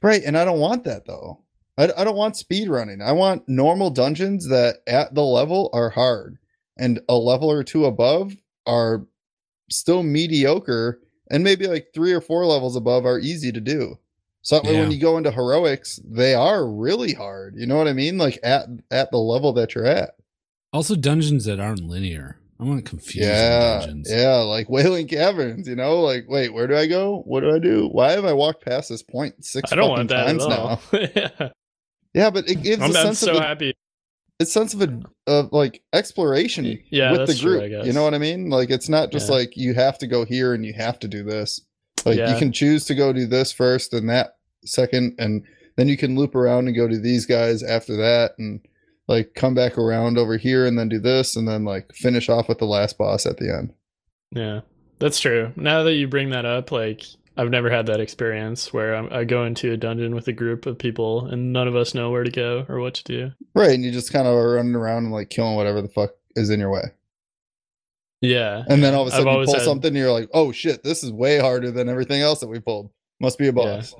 Right, and I don't want that though. I, I don't want speed running. I want normal dungeons that at the level are hard and a level or two above are still mediocre and maybe like three or four levels above are easy to do. So that way when
Yeah.
you go into heroics, they are really hard. You know what I mean? Like at at the level that you're at.
Also, dungeons that aren't linear. I want confusing
yeah.
dungeons.
Yeah, like Wailing Caverns, you know, like wait, where do I go? What do I do? Why have I walked past this point six
I don't
fucking
want that at
times now?
all. <laughs> yeah.
Yeah, but it gives
I'm,
a
I'm
sense
so
of a-
happy.
it's sense of a of like exploration
Yeah,
with the
that's true,
group.
I guess.
You know what I mean? Like it's not just
Yeah.
like you have to go here and you have to do this. Like you
Yeah.
can choose to go do this first and that second, and then you can loop around and go to these guys after that, and like come back around over here and then do this, and then like finish off with the last boss at the end.
Yeah, that's true. Now that you bring that up, like I've never had that experience where I'm, I go into a dungeon with a group of people and none of us know where to go or what to do.
Right, and you just kind of are running around and like killing whatever the fuck is in your way.
Yeah,
And then all of a
I've
sudden you
always
pull
had-
something and you're like, oh shit, this is way harder than everything else that we pulled. Must be a boss.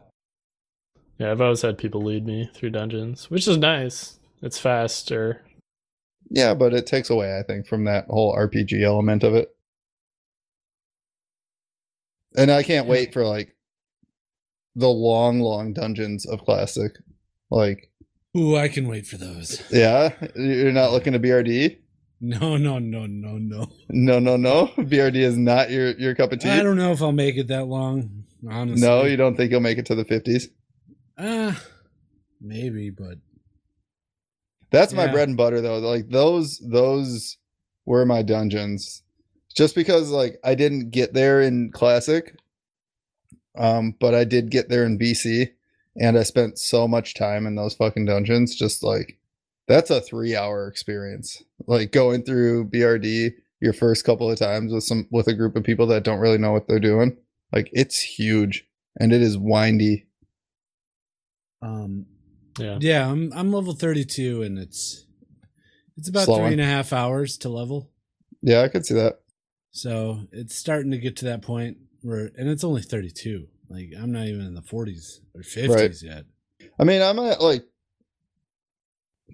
yeah. I've always had people lead me through dungeons, which is nice. It's faster.
Yeah, but it takes away, I think, from that whole RPG element of it. And I can't wait for like the long, long dungeons of classic. Like,
Ooh, I can wait for those. <laughs>
yeah, you're not looking to BRD.
No, no, no, no, no.
No, no, no. <laughs> BRD is not your your cup of tea.
I don't know if I'll make it that long. Honestly,
no, you don't think you'll make it to the fifties.
Ah, maybe, but
That's my
Yeah.
bread and butter though. Like those those were my dungeons. Just because like I didn't get there in classic. Um, but I did get there in BC and I spent so much time in those fucking dungeons. Just like that's a three hour experience. Like going through BRD your first couple of times with some with a group of people that don't really know what they're doing. Like it's huge and it is windy.
um,
Yeah,
yeah, I'm I'm level 32, and it's it's about
Slow
three
one.
and a half hours to level.
Yeah, I could see that.
So it's starting to get to that point where, and it's only 32. Like I'm not even in the 40s or 50s
Right.
yet.
I mean, I'm at like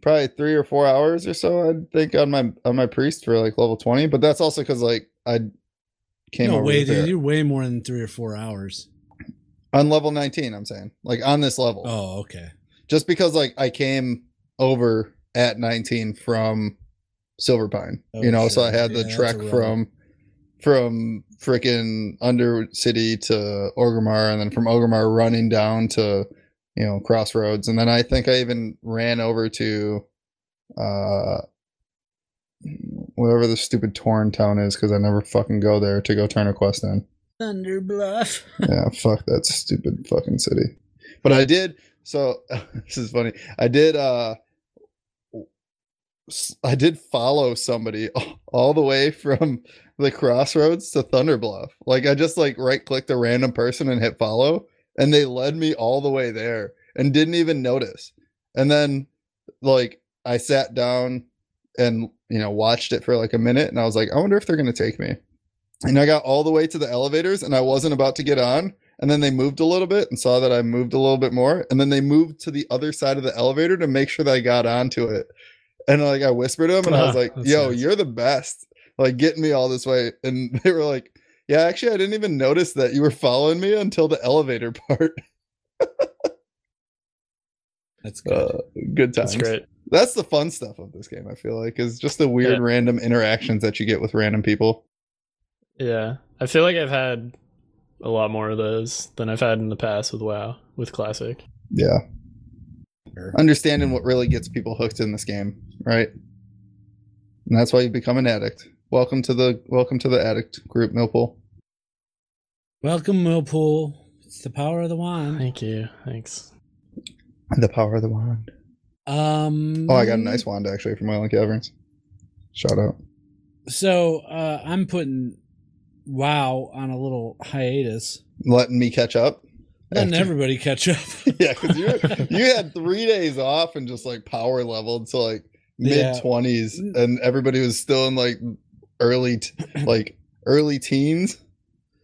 probably three or four hours or so. I think on my on my priest for like level twenty, but that's also because like I came
no
over
way,
with
dude,
her.
you're way more than three or four hours.
on level nineteen. I'm saying like on this level,
Oh, okay.
just because like I came over at nineteen from Silverpine,
Oh,
you know, so I
shit.
had
Yeah,
the
that's a
trek
rough-
from from freaking Undercity to Orgrimmar, and then from Orgrimmar running down to you know Crossroads, and then I think I even ran over to uh whatever the stupid Torn town is because I never fucking go there to go turn a quest in.
Thunder Bluff.
Yeah, fuck that stupid fucking city. But I did. So <laughs> this is funny. I did. uh s- I did follow somebody <laughs> all- all the way from the crossroads to Thunderbluff. Like I just like right clicked a random person and hit follow, and they led me all the way there and didn't even notice. And then like I sat down and you know watched it for like a minute, and I was like, I wonder if they're gonna take me. And I got all the way to the elevators and I wasn't about to get on. And then they moved a little bit and saw that I moved a little bit more. And then they moved to the other side of the elevator to make sure that I got onto it. And like I whispered to him and <laughs> I was
Ah,
like,
that's
yo,
nice.
you're the best. Like getting me all this way. And <laughs> they were like, yeah, actually, I didn't even notice that you were following me until the elevator <laughs> part.
That's good.
Uh, good times.
that's great.
That's the fun stuff of this game, I feel like, is just the weird
Yeah.
random interactions that you get with random people.
Yeah, I feel like I've had a lot more of those than I've had in the past with WoW, with classic.
Yeah.
Sure.
Uh, Understanding what really gets people hooked in this game, right? And that's why you become an addict. Welcome to the welcome to the addict group, Millpool.
Welcome, Millpool. It's It's the power of the wand.
Thank you. Thanks.
The power of the wand.
Um.
Oh, I got a nice wand actually from Island Caverns. Shout out.
So uh, I'm putting WoW on a little hiatus,
Letting me catch up.
letting
After-
everybody catch up. <laughs>
<laughs> yeah, because you you had three days off and just like power leveled to like
Yeah. Mm.
mid twenties, and everybody was still in like early
<clears throat>
t- like early teens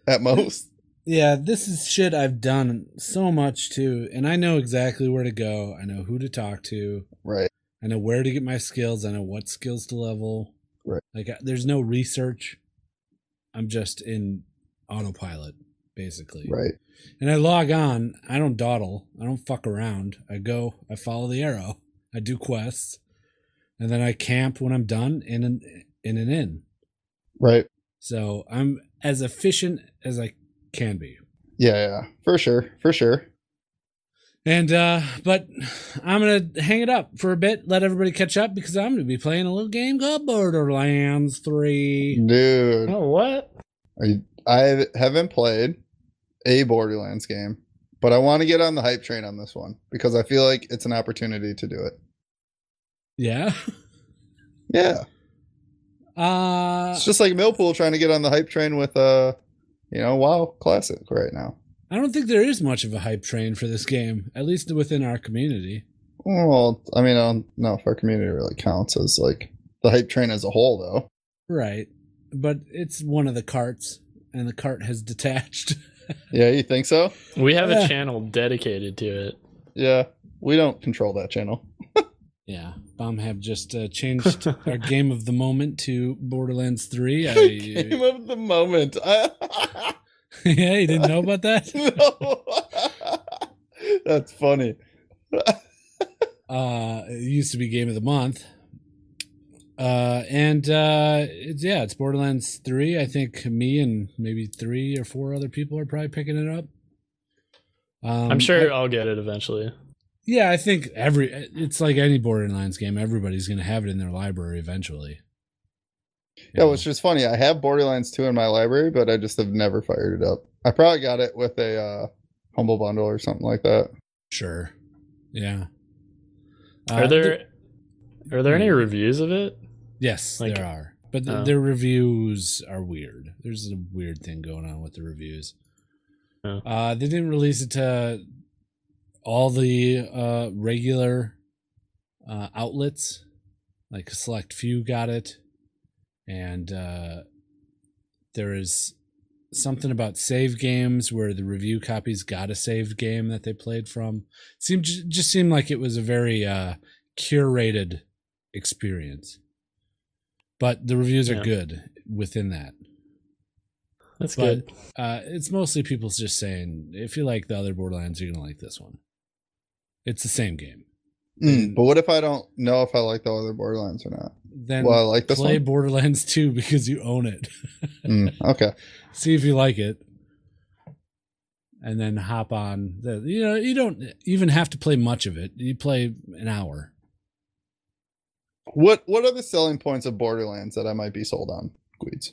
at most.
Yeah, this is shit I've done so much too, and I know exactly where to go. I know who to talk to.
Right.
I know where to get my skills. I know what skills to level.
Right.
Like, I- there's no research. I'm just in autopilot, basically.
Right.
And I log on. I don't dawdle. I don't fuck around. I go. I follow the arrow. I do quests, and then I camp when I'm done in an in an inn.
Right.
So I'm as efficient as I can be.
Yeah. Yeah. For sure. For sure.
And uh but I'm gonna hang it up for a bit, let everybody catch up because I'm gonna be playing a little game called Borderlands 3.
Dude,
Oh, what?
I haven't played a Borderlands game, but I want to get on the hype train on this one because I feel like it's an opportunity to do it.
Yeah. <laughs>
Yeah.
Uh
It's just like Millpool trying to get on the hype train with uh you know, WoW Classic right now.
I don't think there is much of a hype train for this game, at least within our community.
Well, I mean, I don't know if our community really counts as like the hype train as a whole, though.
Right. But it's one of the carts, and the cart has detached. <laughs>
Yeah, you think so?
We have
Yeah.
a channel dedicated to
<laughs>
it.
Yeah, we don't control that channel.
Yeah. Bomb have just <laughs> uh, changed our game of the moment to Borderlands <laughs> 3. I,
Game of the moment. <laughs> I-
yeah, you didn't know about that? <laughs>
no, that's funny.
uh it used to be game of the month uh and uh it's, yeah it's borderlands 3 i think me and maybe three or four other people are probably picking it up um,
I'm sure
I-
I'll get it eventually.
yeah i think every it's like any borderlands game everybody's gonna have it in their library eventually
Yeah, which is funny. I have Borderlands 2 in my library, but I just have never fired it up. I probably got it with a uh, humble bundle or something like that.
sure yeah
are
Uh,
there are there any
Hmm.
reviews of it?
Yes,
Like-
there are. But th-
Oh.
their reviews are weird. There's a weird thing going on with the reviews.
Oh.
Uh, they didn't release it to all the uh, regular uh, outlets. Like a select few got it. And uh, there is something about save games where the review copies got a saved game that they played from. Seemed ju- just seemed like it was a very uh, curated experience. But the reviews are
Yeah.
good within that.
That's
But-
good.
Uh, it's mostly people just saying, if you like the other Borderlands, you're gonna like this one. It's the same game.
Mm, but what if I don't know if I like the other Borderlands or not?
Then
well, I like this
play
one.
Borderlands <laughs> 2 because you own it. <laughs>
Mm, okay.
See if you like it. And then hop on. The, you know, you don't even have to play much of it. You play an hour.
What what are the selling points of Borderlands that I might be sold on, Gweeds?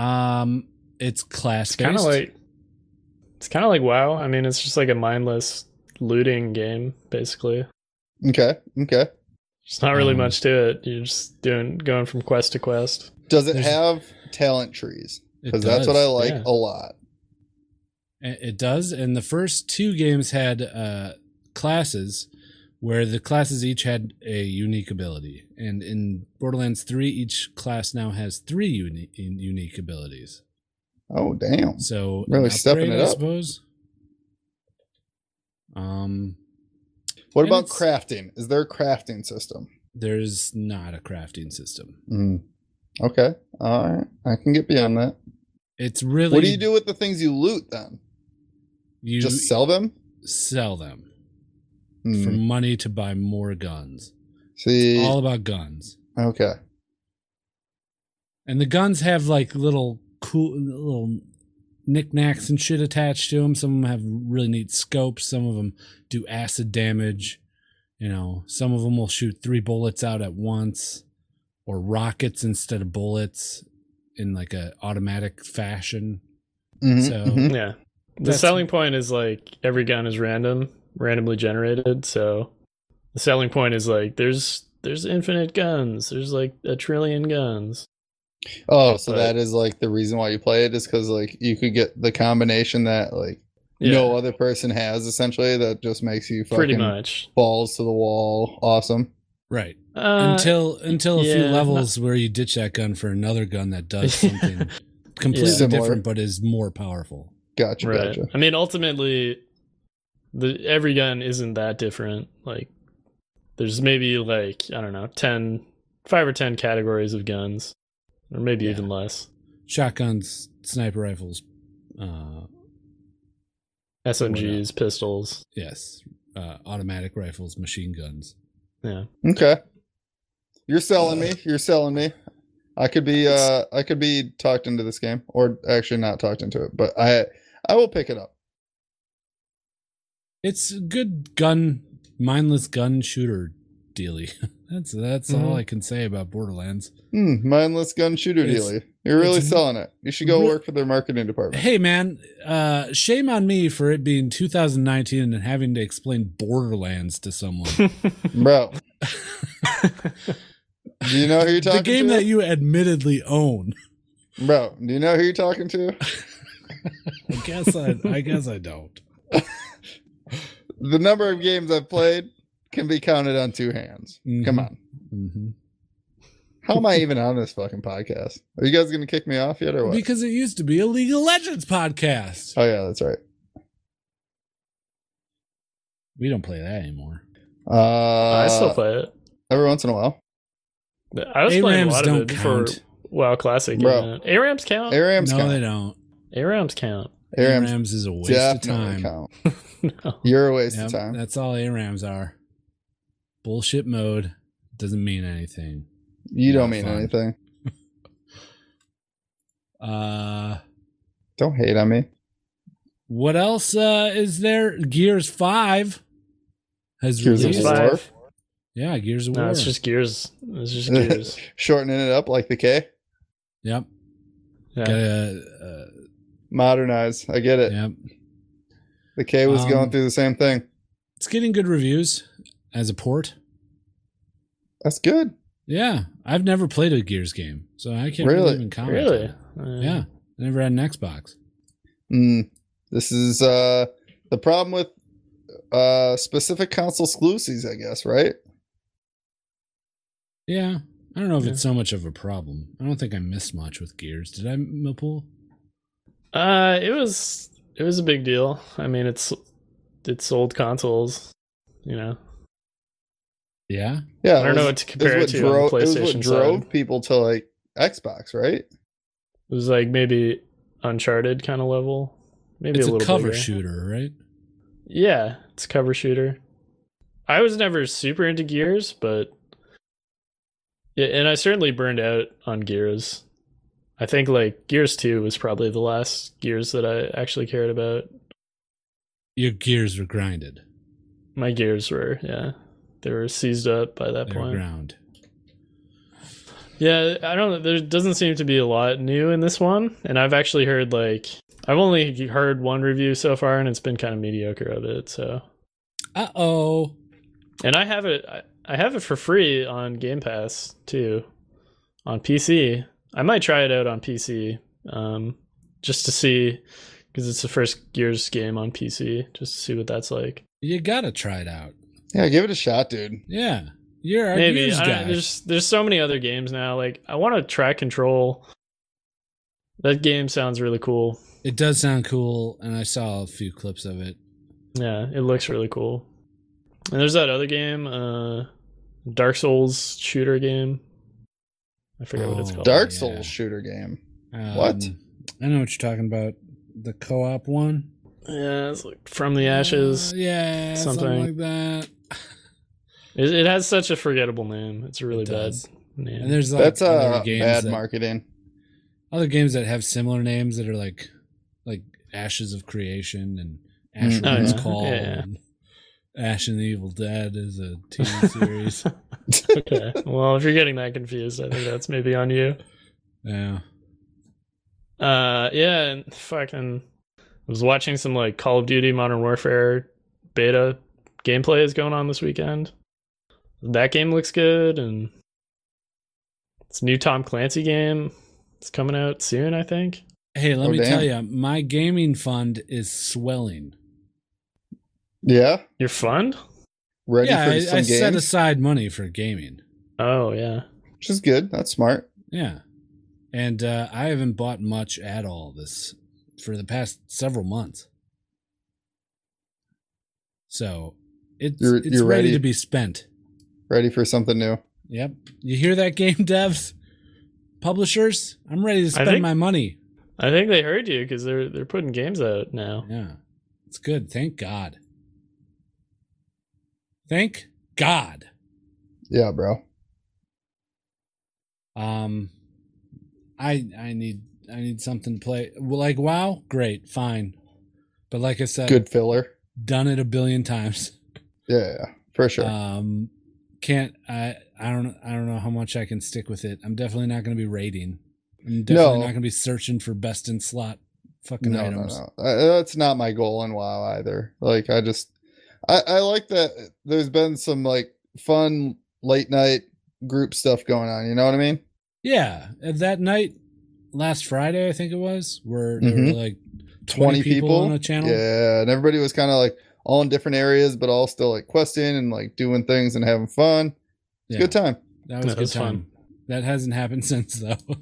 Um, it's class
It's kind of like it's kind of like WoW. I mean, it's just like a mindless looting game, basically.
Okay, okay.
There's not really
Um,
much to it. You're just doing going from quest to quest.
Does it
There's-
have talent trees? Because that's what I like
yeah.
a lot.
It it does. And the first two games had uh, classes where the classes each had a unique ability. And in Borderlands 3, each class now has three uni- un- unique abilities.
Oh damn!
So, an
Really stepping it
I
up.
suppose. Um,
What
and
about
it's-
crafting? Is there a crafting system?
there's not a crafting system.
Mm. Okay, all right. I can get beyond that.
It's really.
What do you do with the things you loot then?
You
Just sell them?
sell them
Mm.
for money to buy more guns.
See,
All about guns.
okay,
And the guns have like little cool little knickknacks and shit attached to them. Some of them have really neat scopes. Some of them do acid damage. You know, some of them will shoot three bullets out at once, or rockets instead of bullets, in like a automatic fashion.
Mhm,
So-
mhm.
Yeah, Mm-hmm. The
That's-
selling point is like every gun is random, randomly generated. So the selling point is like there's there's infinite guns. There's like a trillion guns.
Oh, so
But-
that is like the reason why you play it is because like you could get the combination that like
Yeah,
no other person has essentially that just makes you fucking
pretty much.
balls to the wall. Awesome.
Right.
Uh,
until until a few
yeah,
levels where you ditch that gun for another gun that
<laughs>
does something completely
Similar.
different but is more powerful.
Gotcha.
right.
Gotcha.
I mean, ultimately, the every gun isn't that different. Like there's maybe like I don't know, 10, 5 or ten categories of guns, or maybe
Yeah.
even less.
Shotguns, sniper rifles, uh
SMGs, pistols.
yes, uh automatic rifles, machine guns.
Yeah.
Okay. You're selling me. You're selling me. I could be uh I could be talked into this game or actually not talked into it, but I I will pick it up.
It's a good gun mindless gun shooter dealy. <laughs> that's that's all
Mm-hmm.
Mhm.
I can say about Borderlands.
Hmm, mindless gun shooter
It's-
dealie. You're really
it's-
selling it. You should go
Re-
work for their
<laughs>
marketing department.
Hey man, uh shame on me for it being 2019 and having to explain Borderlands to
<laughs>
someone. <laughs>
Bro. do you know who you're talking
the game
to?
that you admittedly
<laughs>
own.
Bro, do you know who you're talking to?
I guess I, I guess I don't.
The number of games I've played can be counted on two hands. Come
Mhm.
on. Mm-hmm. How am I even on this fucking podcast? Are you guys gonna kick me off yet or what?
Because it used to be a League of Legends podcast.
oh yeah, that's right.
We don't play that anymore.
Uh
I still play it.
every once in a while.
I was playing a
ARAMs
lot of
don't
it before
count.
WoW Classic.
Bro.
Bro. ARAMs count.
Arams
no,
count.
they don't.
ARAMs count. <laughs>
ARAMs
ARAMs is a waste of time.
definitely count.
no.
You're a waste
Yep,
of time.
That's all ARAMs are. Bullshit mode doesn't mean anything.
You don't
not
mean
fun.
anything.
Uh,
Don't hate on me.
what else uh, is there? Gears Five has
Gears of
released.
War.
Five.
Yeah, Gears of War.
No, it's just gears.
<laughs>
It's just gears.
Shortening it up like the K.
yep.
Yeah.
Gotta,
Modernize. I get
uh,
it.
yep.
The K was
Um,
going through the same thing.
It's getting good reviews as a port.
That's good.
Yeah, I've never played a Gears game, so I can't
Really?
really even comment. on
Really?
it. Yeah, I never had an Xbox.
Mm. This is uh the problem with uh specific console exclusives, I guess, right?
Yeah, I don't know if
Yeah.
it's so much of a problem. I don't think I missed much with Gears. Did I, Millpool?
Uh, it was it was a big deal. I mean, it's it sold consoles. You know,
Yeah,
Yeah.
I
it
don't know
was-
what to
it was
compare it
what
to
drove-
on the
It was
PlayStation
what drove
side.
people to like Xbox, right?
It was like maybe Uncharted kind of level, maybe
it's
a
a,
little
cover
bigger.
shooter, right?
Yeah, it's a cover shooter. I was never super into Gears, but yeah, and I certainly burned out on Gears. I think like Gears 2 was probably the last Gears that I actually cared about.
Your gears were grinded.
My Gears were, yeah. They were seized up by that
They were
point.
ground.
Yeah, I don't know. There doesn't seem to be a lot new in this one, and I've actually heard like I've only heard one review so far, and it's been kind of mediocre of it. So,
Uh oh.
and I have it, I- I have it for free on Game Pass too, on PC. I might try it out on PC, um, just to see, because it's the first Gears game on PC, just to see what that's like.
You gotta try it out.
Yeah, give it a shot, dude.
Yeah, you're our
Maybe
Gears
I
guy.
don't, there's there's so many other games now. Like I want to try Control. That game sounds really cool.
It does sound cool, and I saw a few clips of it.
Yeah, it looks really cool. And there's that other game, uh Dark Souls shooter game. I forget what it's
Oh.
called.
Dark
yeah.
Souls shooter game.
Um,
What?
I know what you're talking about. The co-op one.
Yeah, it's like From the Ashes.
Uh, yeah, something.
something.
like that.
It, it has such a forgettable name. It's a really
It
bad
does.
name.
And there's like
That's
other
uh,
games
bad
that-
marketing.
other games that have similar names that are like like Ashes of Creation and Ash
Mm.
Oh,
Rain's
yeah.
Call
Yeah, yeah.
and Ash and the Evil Dead is a
<laughs>
TV series.
okay. Well, if you're getting that confused, I think that's maybe on you.
Yeah.
Uh yeah, and fucking was watching some like Call of Duty Modern Warfare beta gameplay is going on this weekend. That game looks good, and it's a new Tom Clancy game. It's coming out soon, I think.
Hey, let
Oh,
me
damn.
tell you, my gaming fund is swelling.
Yeah.
Your fund?
Ready
yeah,
for
I,
some
I
games,
set aside money for gaming.
Oh yeah.
which is good. That's smart.
Yeah, and uh, I haven't bought much at all this for the past several months. So it's
You're-
it's
you're
ready,
ready.
to be spent.
Ready for something new.
Yep, you hear that, game <laughs> devs, publishers? I'm ready to spend
think-
my money.
I think they heard you because they're they're putting games out now.
Yeah, it's good. Thank God. Thank God.
Yeah, bro.
Um, I I need I need something to play. Well, like wow, great, fine, but like I said,
Good filler.
done it a billion times.
Yeah, yeah, yeah, for sure.
Um, can't I? I don't I don't know how much I can stick with it. I'm definitely not going to be rating. I'm definitely
No.
not going to be searching for best in slot fucking
no, no,
items.
no. Uh, that's not my goal in WoW either. Like, I just, I, I like that. There's been some like fun late night group stuff going on. You know what I mean?
Yeah, and that night last Friday, I think it was, where there were
Mhm.
like
20
twenty, people,
people?
on a channel.
Yeah, and everybody was kind of like all in different areas, but all still like questing and like doing things and having fun. It's
Yeah.
a Good time.
That was
That
a good
was
time.
fun.
That hasn't <laughs> happened since though. <laughs>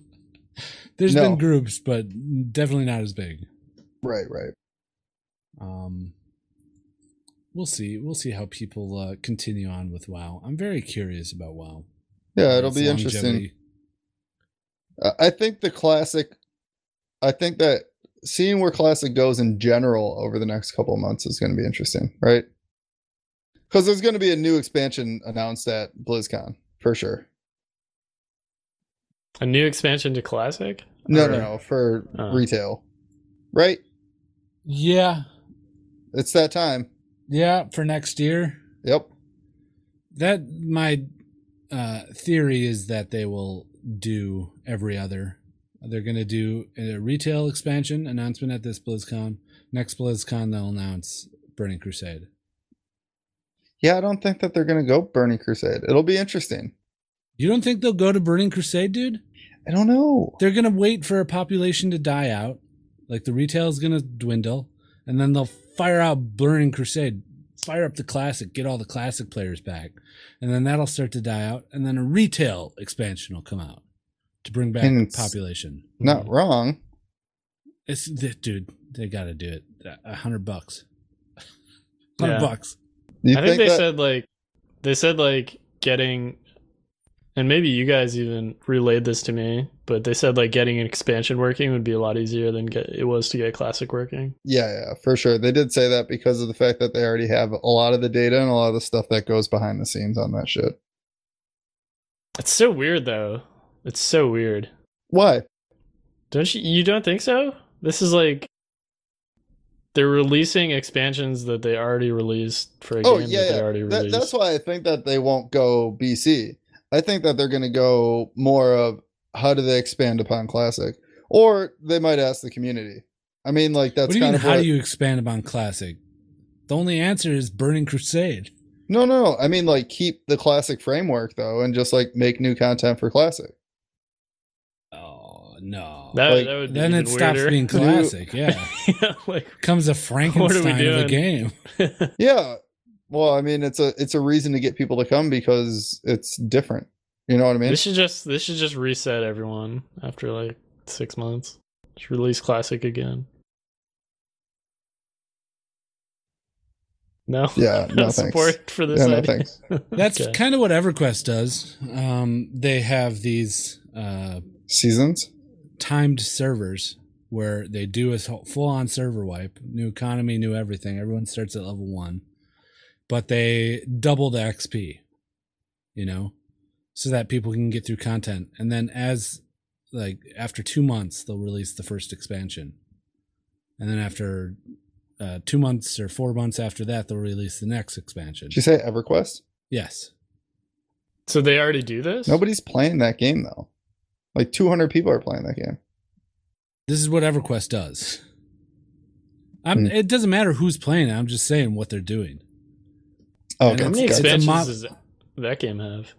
There's
No.
been groups, but definitely not as big.
Right, right.
Um, we'll see. We'll see how people uh, continue on with WoW. I'm very curious about WoW. Uh,
Yeah, it'll
Its
be interesting.
longevity.
I- I think the classic. I think that seeing where classic goes in general over the next couple of months is going to be interesting, right? Because there's going to be a new expansion announced at BlizzCon for sure.
A new expansion to classic?
No,
Or-
no, no, for
Uh.
retail, right?
Yeah,
It's that time.
yeah. For next year,
Yep.
that my uh, theory is that they will do every other. They're going to do a retail expansion announcement at this BlizzCon. Next BlizzCon, they'll announce Burning Crusade.
Yeah, I don't think that they're going to go Burning Crusade. It'll be interesting.
You don't think they'll go to Burning Crusade, dude?
I don't know.
They're going to wait for a population to die out. Like the retail is going to dwindle. And then they'll fire out Burning Crusade, fire up the classic, get all the classic players back. And then that'll start to die out. And then a retail expansion will come out to bring back
And it's-
population.
Hmm.
Not wrong.
It's th- dude, they got to do it. A hundred bucks. <laughs> Hundred
Yeah.
bucks.
You
I think, they
that-
said like they said like getting and maybe you guys even relayed this to me, but they said like getting an expansion working would be a lot easier than get, it was to get classic working.
Yeah, yeah, for sure. They did say that because of the fact that they already have a lot of the data and a lot of the stuff that goes behind the scenes on that shit.
It's so weird though. It's so weird.
Why?
Don't you you don't think so? This is like they're releasing expansions that they already released for a
Oh
game
yeah,
that they
yeah.
already
That,
released.
that's why I think that they won't go BC. I think that they're going to go more of how do they expand upon classic, or they might ask the community. I mean, like that's
what do you
kind
mean?
of
How
what-
do you expand upon classic? The only answer is Burning Crusade.
no, no, no. I mean, like keep the classic framework though, and just like make new content for classic.
Oh no.
that,
like,
that would be
then
even
it stops
<laughs>
weirder.
being classic. Yeah,
<laughs> yeah, like
comes a Frankenstein of a
doing?
game.
<laughs>
Yeah. Well, I mean, it's a it's a reason to get people to come because it's different. You know what I mean?
This should just this should just reset everyone after like six months. Just release classic again. <laughs> No.
Yeah, no thanks.
support for this.
Yeah, no
idea.
thanks.
<laughs>
That's
Okay.
kind of what EverQuest does. Um, they have these uh,
Seasons.
timed servers where they do a full on server wipe, new economy, new everything. Everyone starts at level one, but they double the XP, you know, so that people can get through content. And then, as like after two months, they'll release the first expansion. And then, after uh, two months or four months after that, they'll release the next expansion.
Did you say EverQuest?
yes.
so they already do this?
Nobody's playing that game though. Like 200 people are playing that game.
This is what EverQuest does. I'm,
Mm.
It doesn't matter who's playing. it, I'm just saying what they're doing. <sighs>
Oh, Okay.
How many
It's- it's a
expansions
mod-
does that game have?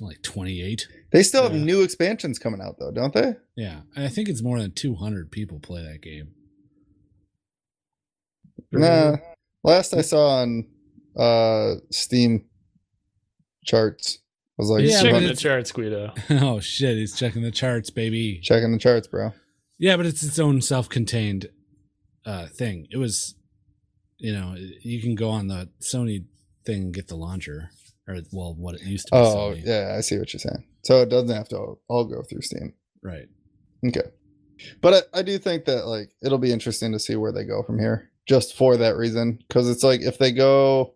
Like 28.
They still have
Yeah.
new expansions coming out though, don't they?
Yeah, I think it's more than 200 people play that game. <laughs>
Nah. Last I saw on uh Steam charts was like
He's
Yeah, but
checking the
it's-
charts, Guido.
oh shit, he's checking the charts, baby.
checking the charts, bro.
Yeah, but it's its own self-contained uh thing. It was you know, you can go on the Sony thing and get the launcher or well, what it used to be
Oh
Sony.
yeah, I see what you're saying. So it doesn't have to all go through Steam.
Right.
Okay. But I, I do think that like it'll be interesting to see where they go from here just for that reason cuz it's like if they go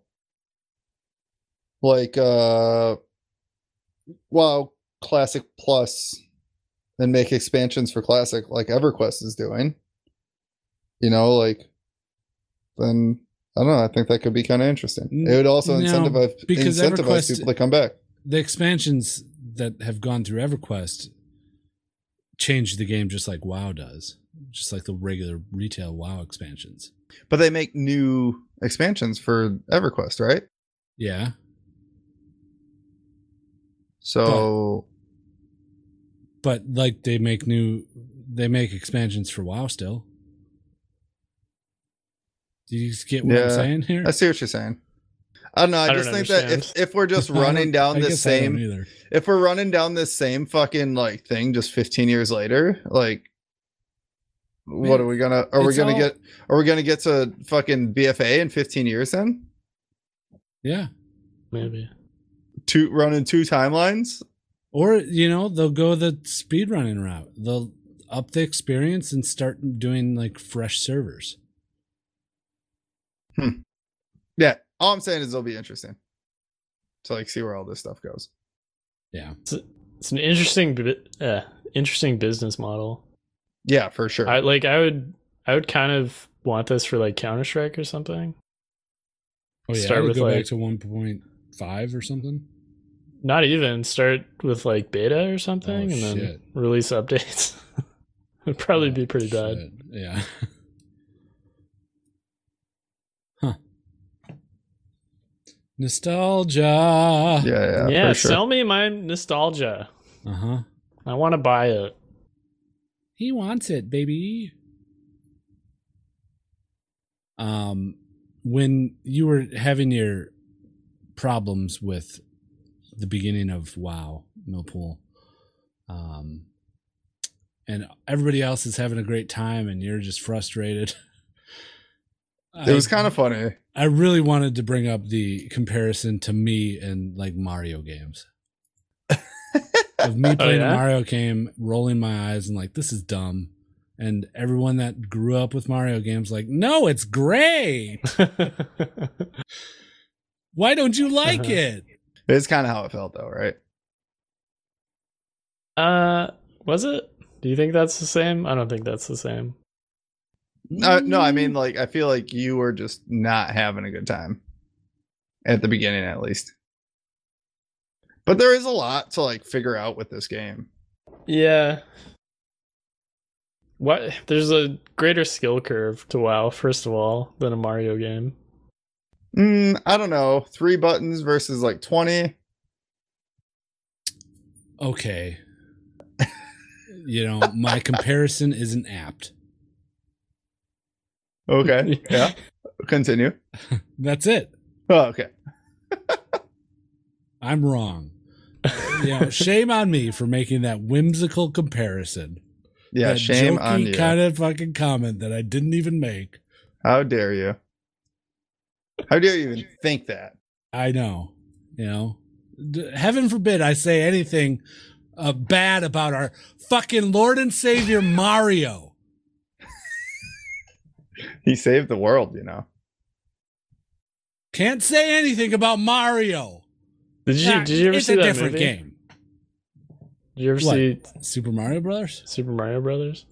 like uh wow classic plus and make expansions for classic like EverQuest is doing you know like then I don't know. I think that could be kind of interesting. It would also
No,
incentivize,
because
incentivize
EverQuest-
people to come back.
The expansions that have gone through EverQuest change the game just like WoW does. Just like the regular retail WoW expansions.
But they make new expansions for EverQuest, right?
Yeah.
So
But like they make new they make expansions for WoW still. Do you get what I'm
Yeah.
saying here?
I see what you're saying. I don't know. I,
I don't
just think that
understand.
if, if we're
<laughs>
just
I don't-
running down
I
this
guess I don't
same,
either.
if we're running down this same fucking like thing, just 15 years later, like,
Man,
what are we gonna? Are we
it's
gonna
all-
get? Are we gonna get to fucking BFA in 15 years? Then
Yeah.
Maybe.
two running two timelines.
Or, you know, they'll go the speedrunning route. They'll up the experience and start doing like fresh servers.
Yeah. All I'm saying is it'll be interesting to like see where all this stuff goes.
Yeah.
It's an interesting, bu- uh, interesting business model.
Yeah, for sure.
I like. I would. I would kind of want this for like Counter Strike or something.
Oh, yeah.
Start
I would
with,
go back
like-
to 1.5 or something.
Not even start with like beta or something,
Oh,
and then
shit.
release updates. <laughs> Would probably
Oh,
be pretty bad.
shit. Yeah. <laughs> huh. Nostalgia.
yeah, yeah,
Yeah,
for sure.
sell me my nostalgia.
Uh huh.
I want to buy it.
He wants it, baby. Um, when you were having your problems with the beginning of WoW Millpool, um, and everybody else is having a great time and you're just frustrated. <laughs>
it was kind of funny.
I really wanted to bring up the comparison to me and like Mario games. of me playing
yeah?
a Mario game, rolling my eyes and like, this is dumb. And everyone that grew up with Mario games, like, no, it's great. Why don't you like
Uh-huh.
it?
It's kind of how it felt though, right?
<laughs> uh, was it? Do you think that's the same? I don't think that's the same.
No, no, I mean, like, I feel like you were just not having a good time at the beginning, at least. But there is a lot to like figure out with this game.
Yeah. What? There's a greater skill curve to WoW, first of all, than a Mario game.
Mm, I don't know, three buttons versus like twenty.
okay. you know, my comparison isn't apt.
Okay, yeah. Continue.
That's it.
Oh, okay.
I'm wrong. You know, shame on me for making that whimsical comparison.
Yeah,
that
shame
jokey
on you.
kind of fucking comment that I didn't even make.
How dare you? How dare you even think that?
I know, you know. D- Heaven forbid I say anything uh, bad about our fucking Lord and Savior Mario.
He saved the world, you know. <laughs>
Can't say anything about Mario.
Did you
Nah,
Did you ever
it's
see
a
that
different
movie?
game.
Did you ever
What?
see
Super Mario Brothers?
Super Mario Brothers?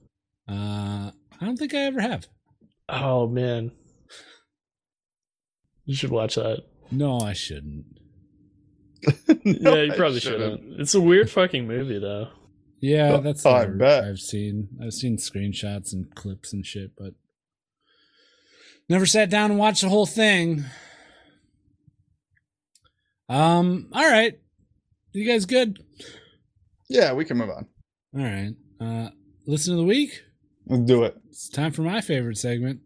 Uh, I don't think I ever have.
Oh man, you should
<laughs>
watch that.
No, I shouldn't.
No,
yeah, you
I
probably shouldn't. It's a weird fucking
<laughs>
movie though.
Yeah,
Well,
that's
I
what I
bet.
I've seen. I've seen screenshots and clips and shit, but Never sat down and watched the whole thing. Um, all right. You guys good?
Yeah, we can move on.
All right. Uh listen of the week.
Let's do it.
It's time for my favorite segment.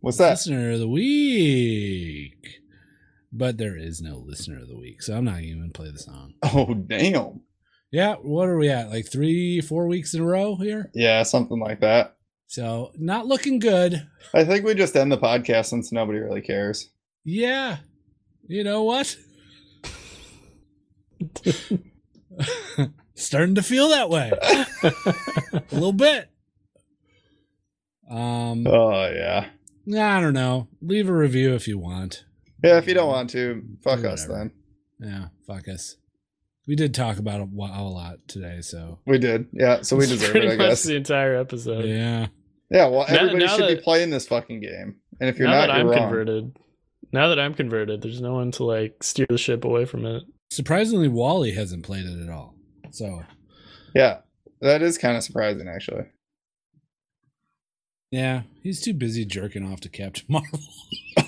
What's that?
Listener of the week. But there is no listener of the week, so I'm not even gonna play the song.
Oh, damn.
Yeah, what are we at? Like three, four weeks in a row here?
Yeah, something like that.
So not looking good.
I think we just end the podcast since nobody really cares.
Yeah. You know what? Starting to feel that way. a little bit. Um
Oh, yeah.
I don't know. Leave a review if you want.
Yeah, if you don't want to, fuck us
Whatever.
then.
Yeah, fuck us. We did talk about it wa- a lot today, so
We did. Yeah,
<laughs>
so we
It's
deserve
pretty
it, I
much
guess.
the entire episode.
yeah.
Yeah, well,
Now-
everybody
now
should be
that-
playing this fucking game. And if you're not,
now that
you're
I'm
wrong.
converted, now that I'm converted, there's no one to like steer the ship away from it.
Surprisingly, Wally hasn't played it at all. So
Yeah, that is kind of surprising, actually.
yeah, he's too busy jerking off to Captain Marvel. <laughs>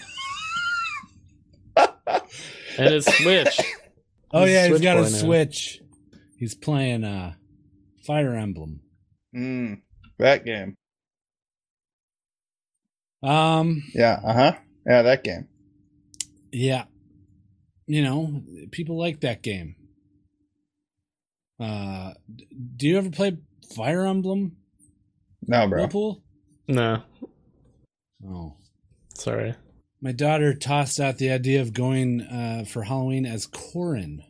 <laughs>
And it's Switch.
Oh
He's a
yeah, he's
Switch
got a
boy now.
Switch. He's playing uh Fire Emblem.
Mm, that game.
Um
Yeah, uh huh. Yeah, that game.
yeah. You know, people like that game. Uh d- do you ever play Fire Emblem?
No, bro.
Whirlpool?
no,
Oh.
sorry.
My daughter tossed out the idea of going uh for Halloween as Corin.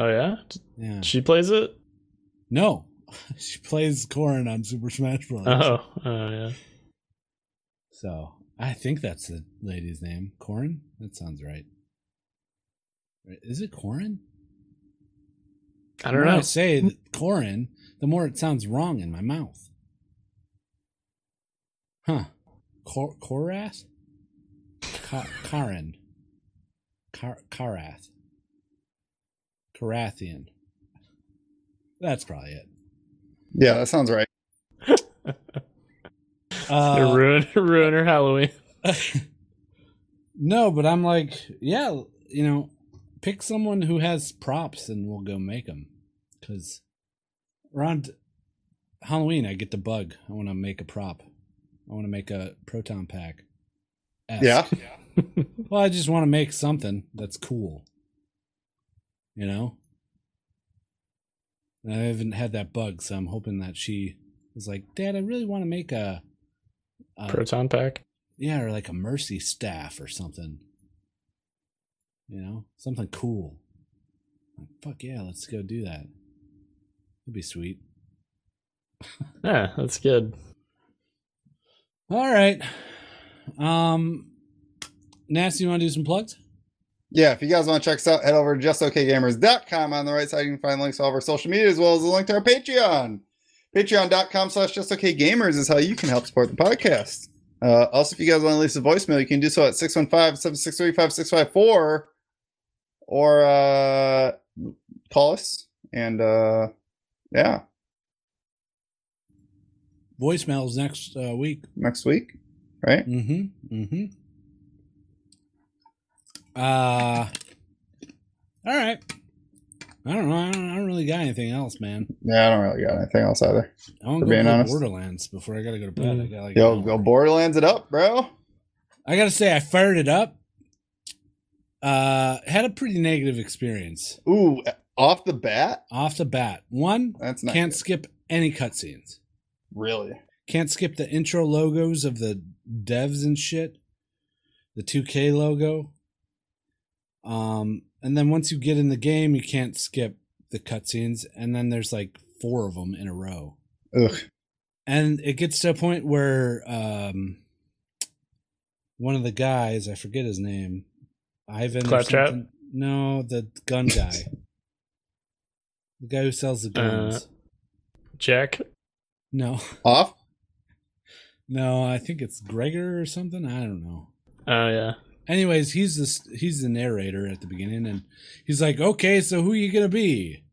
Oh yeah,
Yeah.
she plays it.
No. <laughs> she plays Corin on Super Smash Bros.
Oh, oh yeah.
So I think that's the lady's name. Corin? That sounds right. Is it Corin?
I
the
don't
more
know.
I say that Corin, the more it sounds wrong in my mouth. Huh. Cor- Korath? Ka- Karin. Kar- Karath. Karathian. That's probably it.
Yeah, that sounds right.
Uh,
<laughs> It ruin ruin her Halloween.
no, but I'm like, yeah, you know, pick someone who has props and we'll go make them. Because around Halloween, I get the bug. I want to make a prop. I want to make a proton pack.
Yeah.
<laughs> Well, I just want to make something that's cool. You know? And I haven't had that bug, so I'm hoping that she was like, Dad, I really want to make a. a
Proton pack.
yeah, or like a mercy staff or something. You know, something cool. Like, fuck yeah, let's go do that. That'd be sweet.
Yeah, that's good.
All right. Um, Nasty, you want to do some plugs?
Yeah, if you guys want to check us out, head over to justokgamers.com. On the right side, you can find links to all of our social media as well as a link to our Patreon. Patreon.com slash justokgamers is how you can help support the podcast. Uh, also, if you guys want to leave us a voicemail, you can do so at 615-763-5654 or uh, call us. And uh, yeah,
Voicemails next uh, week.
next week, right?
Mm-hmm. Mm-hmm. Uh, all right. I don't know. I don't, I don't really got anything else, man.
Yeah, I don't really got anything else either.
I want
For
to go
being
play
honest.
Borderlands before I gotta go to bed. I got like an
Yo,
hour.
go Borderlands it up, bro.
I gotta say, I fired it up. Uh, had a pretty negative experience
Ooh, off the bat?
off the bat. One,
That's not
can't
good.
skip any cutscenes.
really.
Can't skip the intro logos of the devs and shit. The 2K logo. Um, and then once you get in the game, you can't skip the cutscenes. And then there's like four of them in a row.
Ugh.
and it gets to a point where um one of the guys i forget his name ivan or
Claptrap?
something- no the gun guy
<laughs>
the guy who sells the guns
Uh. Jack.
no
Off?
no i think it's gregor or something i don't know
Oh yeah.
anyways he's this he's the narrator at the beginning and he's like okay so who you gonna be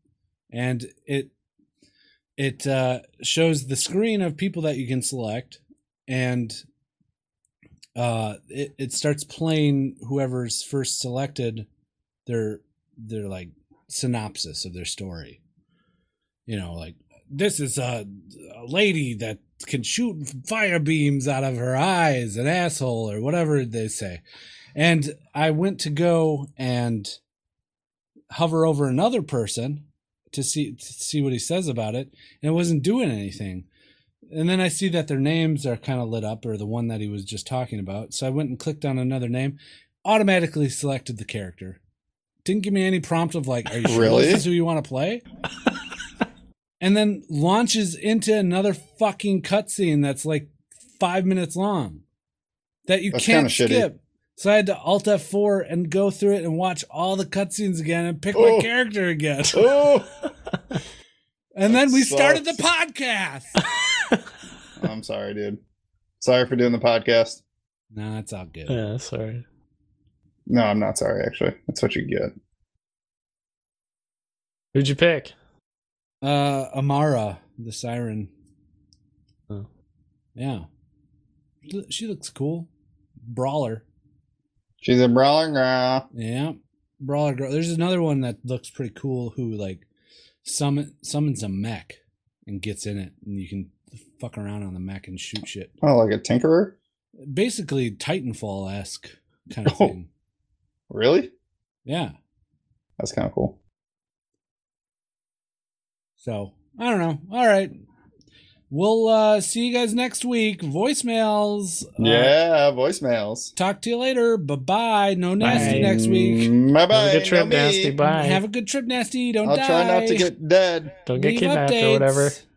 and it it uh shows the screen of people that you can select and uh it, it starts playing whoever's first selected their their like synopsis of their story you know like this is a, a lady that can shoot fire beams out of her eyes an asshole or whatever they say and i went to go and hover over another person to see to see what he says about it and it wasn't doing anything and then I see that their names are kind of lit up, or the one that he was just talking about. So I went and clicked on another name, automatically selected the character. Didn't give me any prompt of like, "Are
<laughs>
you sure
Really?
this is who you want to
<laughs>
play?" and then launches into another fucking cutscene that's like five minutes long that you
That's
can't
kinda shitty.
skip. So I had to Alt F4 and go through it and watch all the cutscenes again and pick
Oh.
my character again.
<laughs>
<laughs>
Oh,
And then
That
we
sucks.
started the podcast. <laughs>
I'm sorry, dude. Sorry for doing the podcast.
no, it's all good.
Yeah, sorry.
No, I'm not sorry. Actually, that's what you get.
Who'd you pick?
Uh, Amara, the siren.
Oh.
Yeah. She lo- She looks cool. Brawler.
She's a brawler. girl.
Yeah. Brawler girl. There's another one that looks pretty cool who, like, summon, summons a mech and gets in it, and you can fuck around on the mech and shoot shit.
Oh, like a tinkerer?
Basically, Titanfall esque kind of
<laughs> Oh.
thing.
Really?
Yeah.
That's kind of cool.
So I don't know. All right. We'll uh, see you guys next week. Voicemails. Uh,
yeah, voicemails.
talk to you later. Bye bye. No nasty
Bye.
next week.
Bye bye.
Have a good trip, Nasty. Bye.
Have a good trip, nasty. Don't
Mm, I'll
die.
try not to get dead.
Don't get
Leave
kidnapped or whatever.
updates.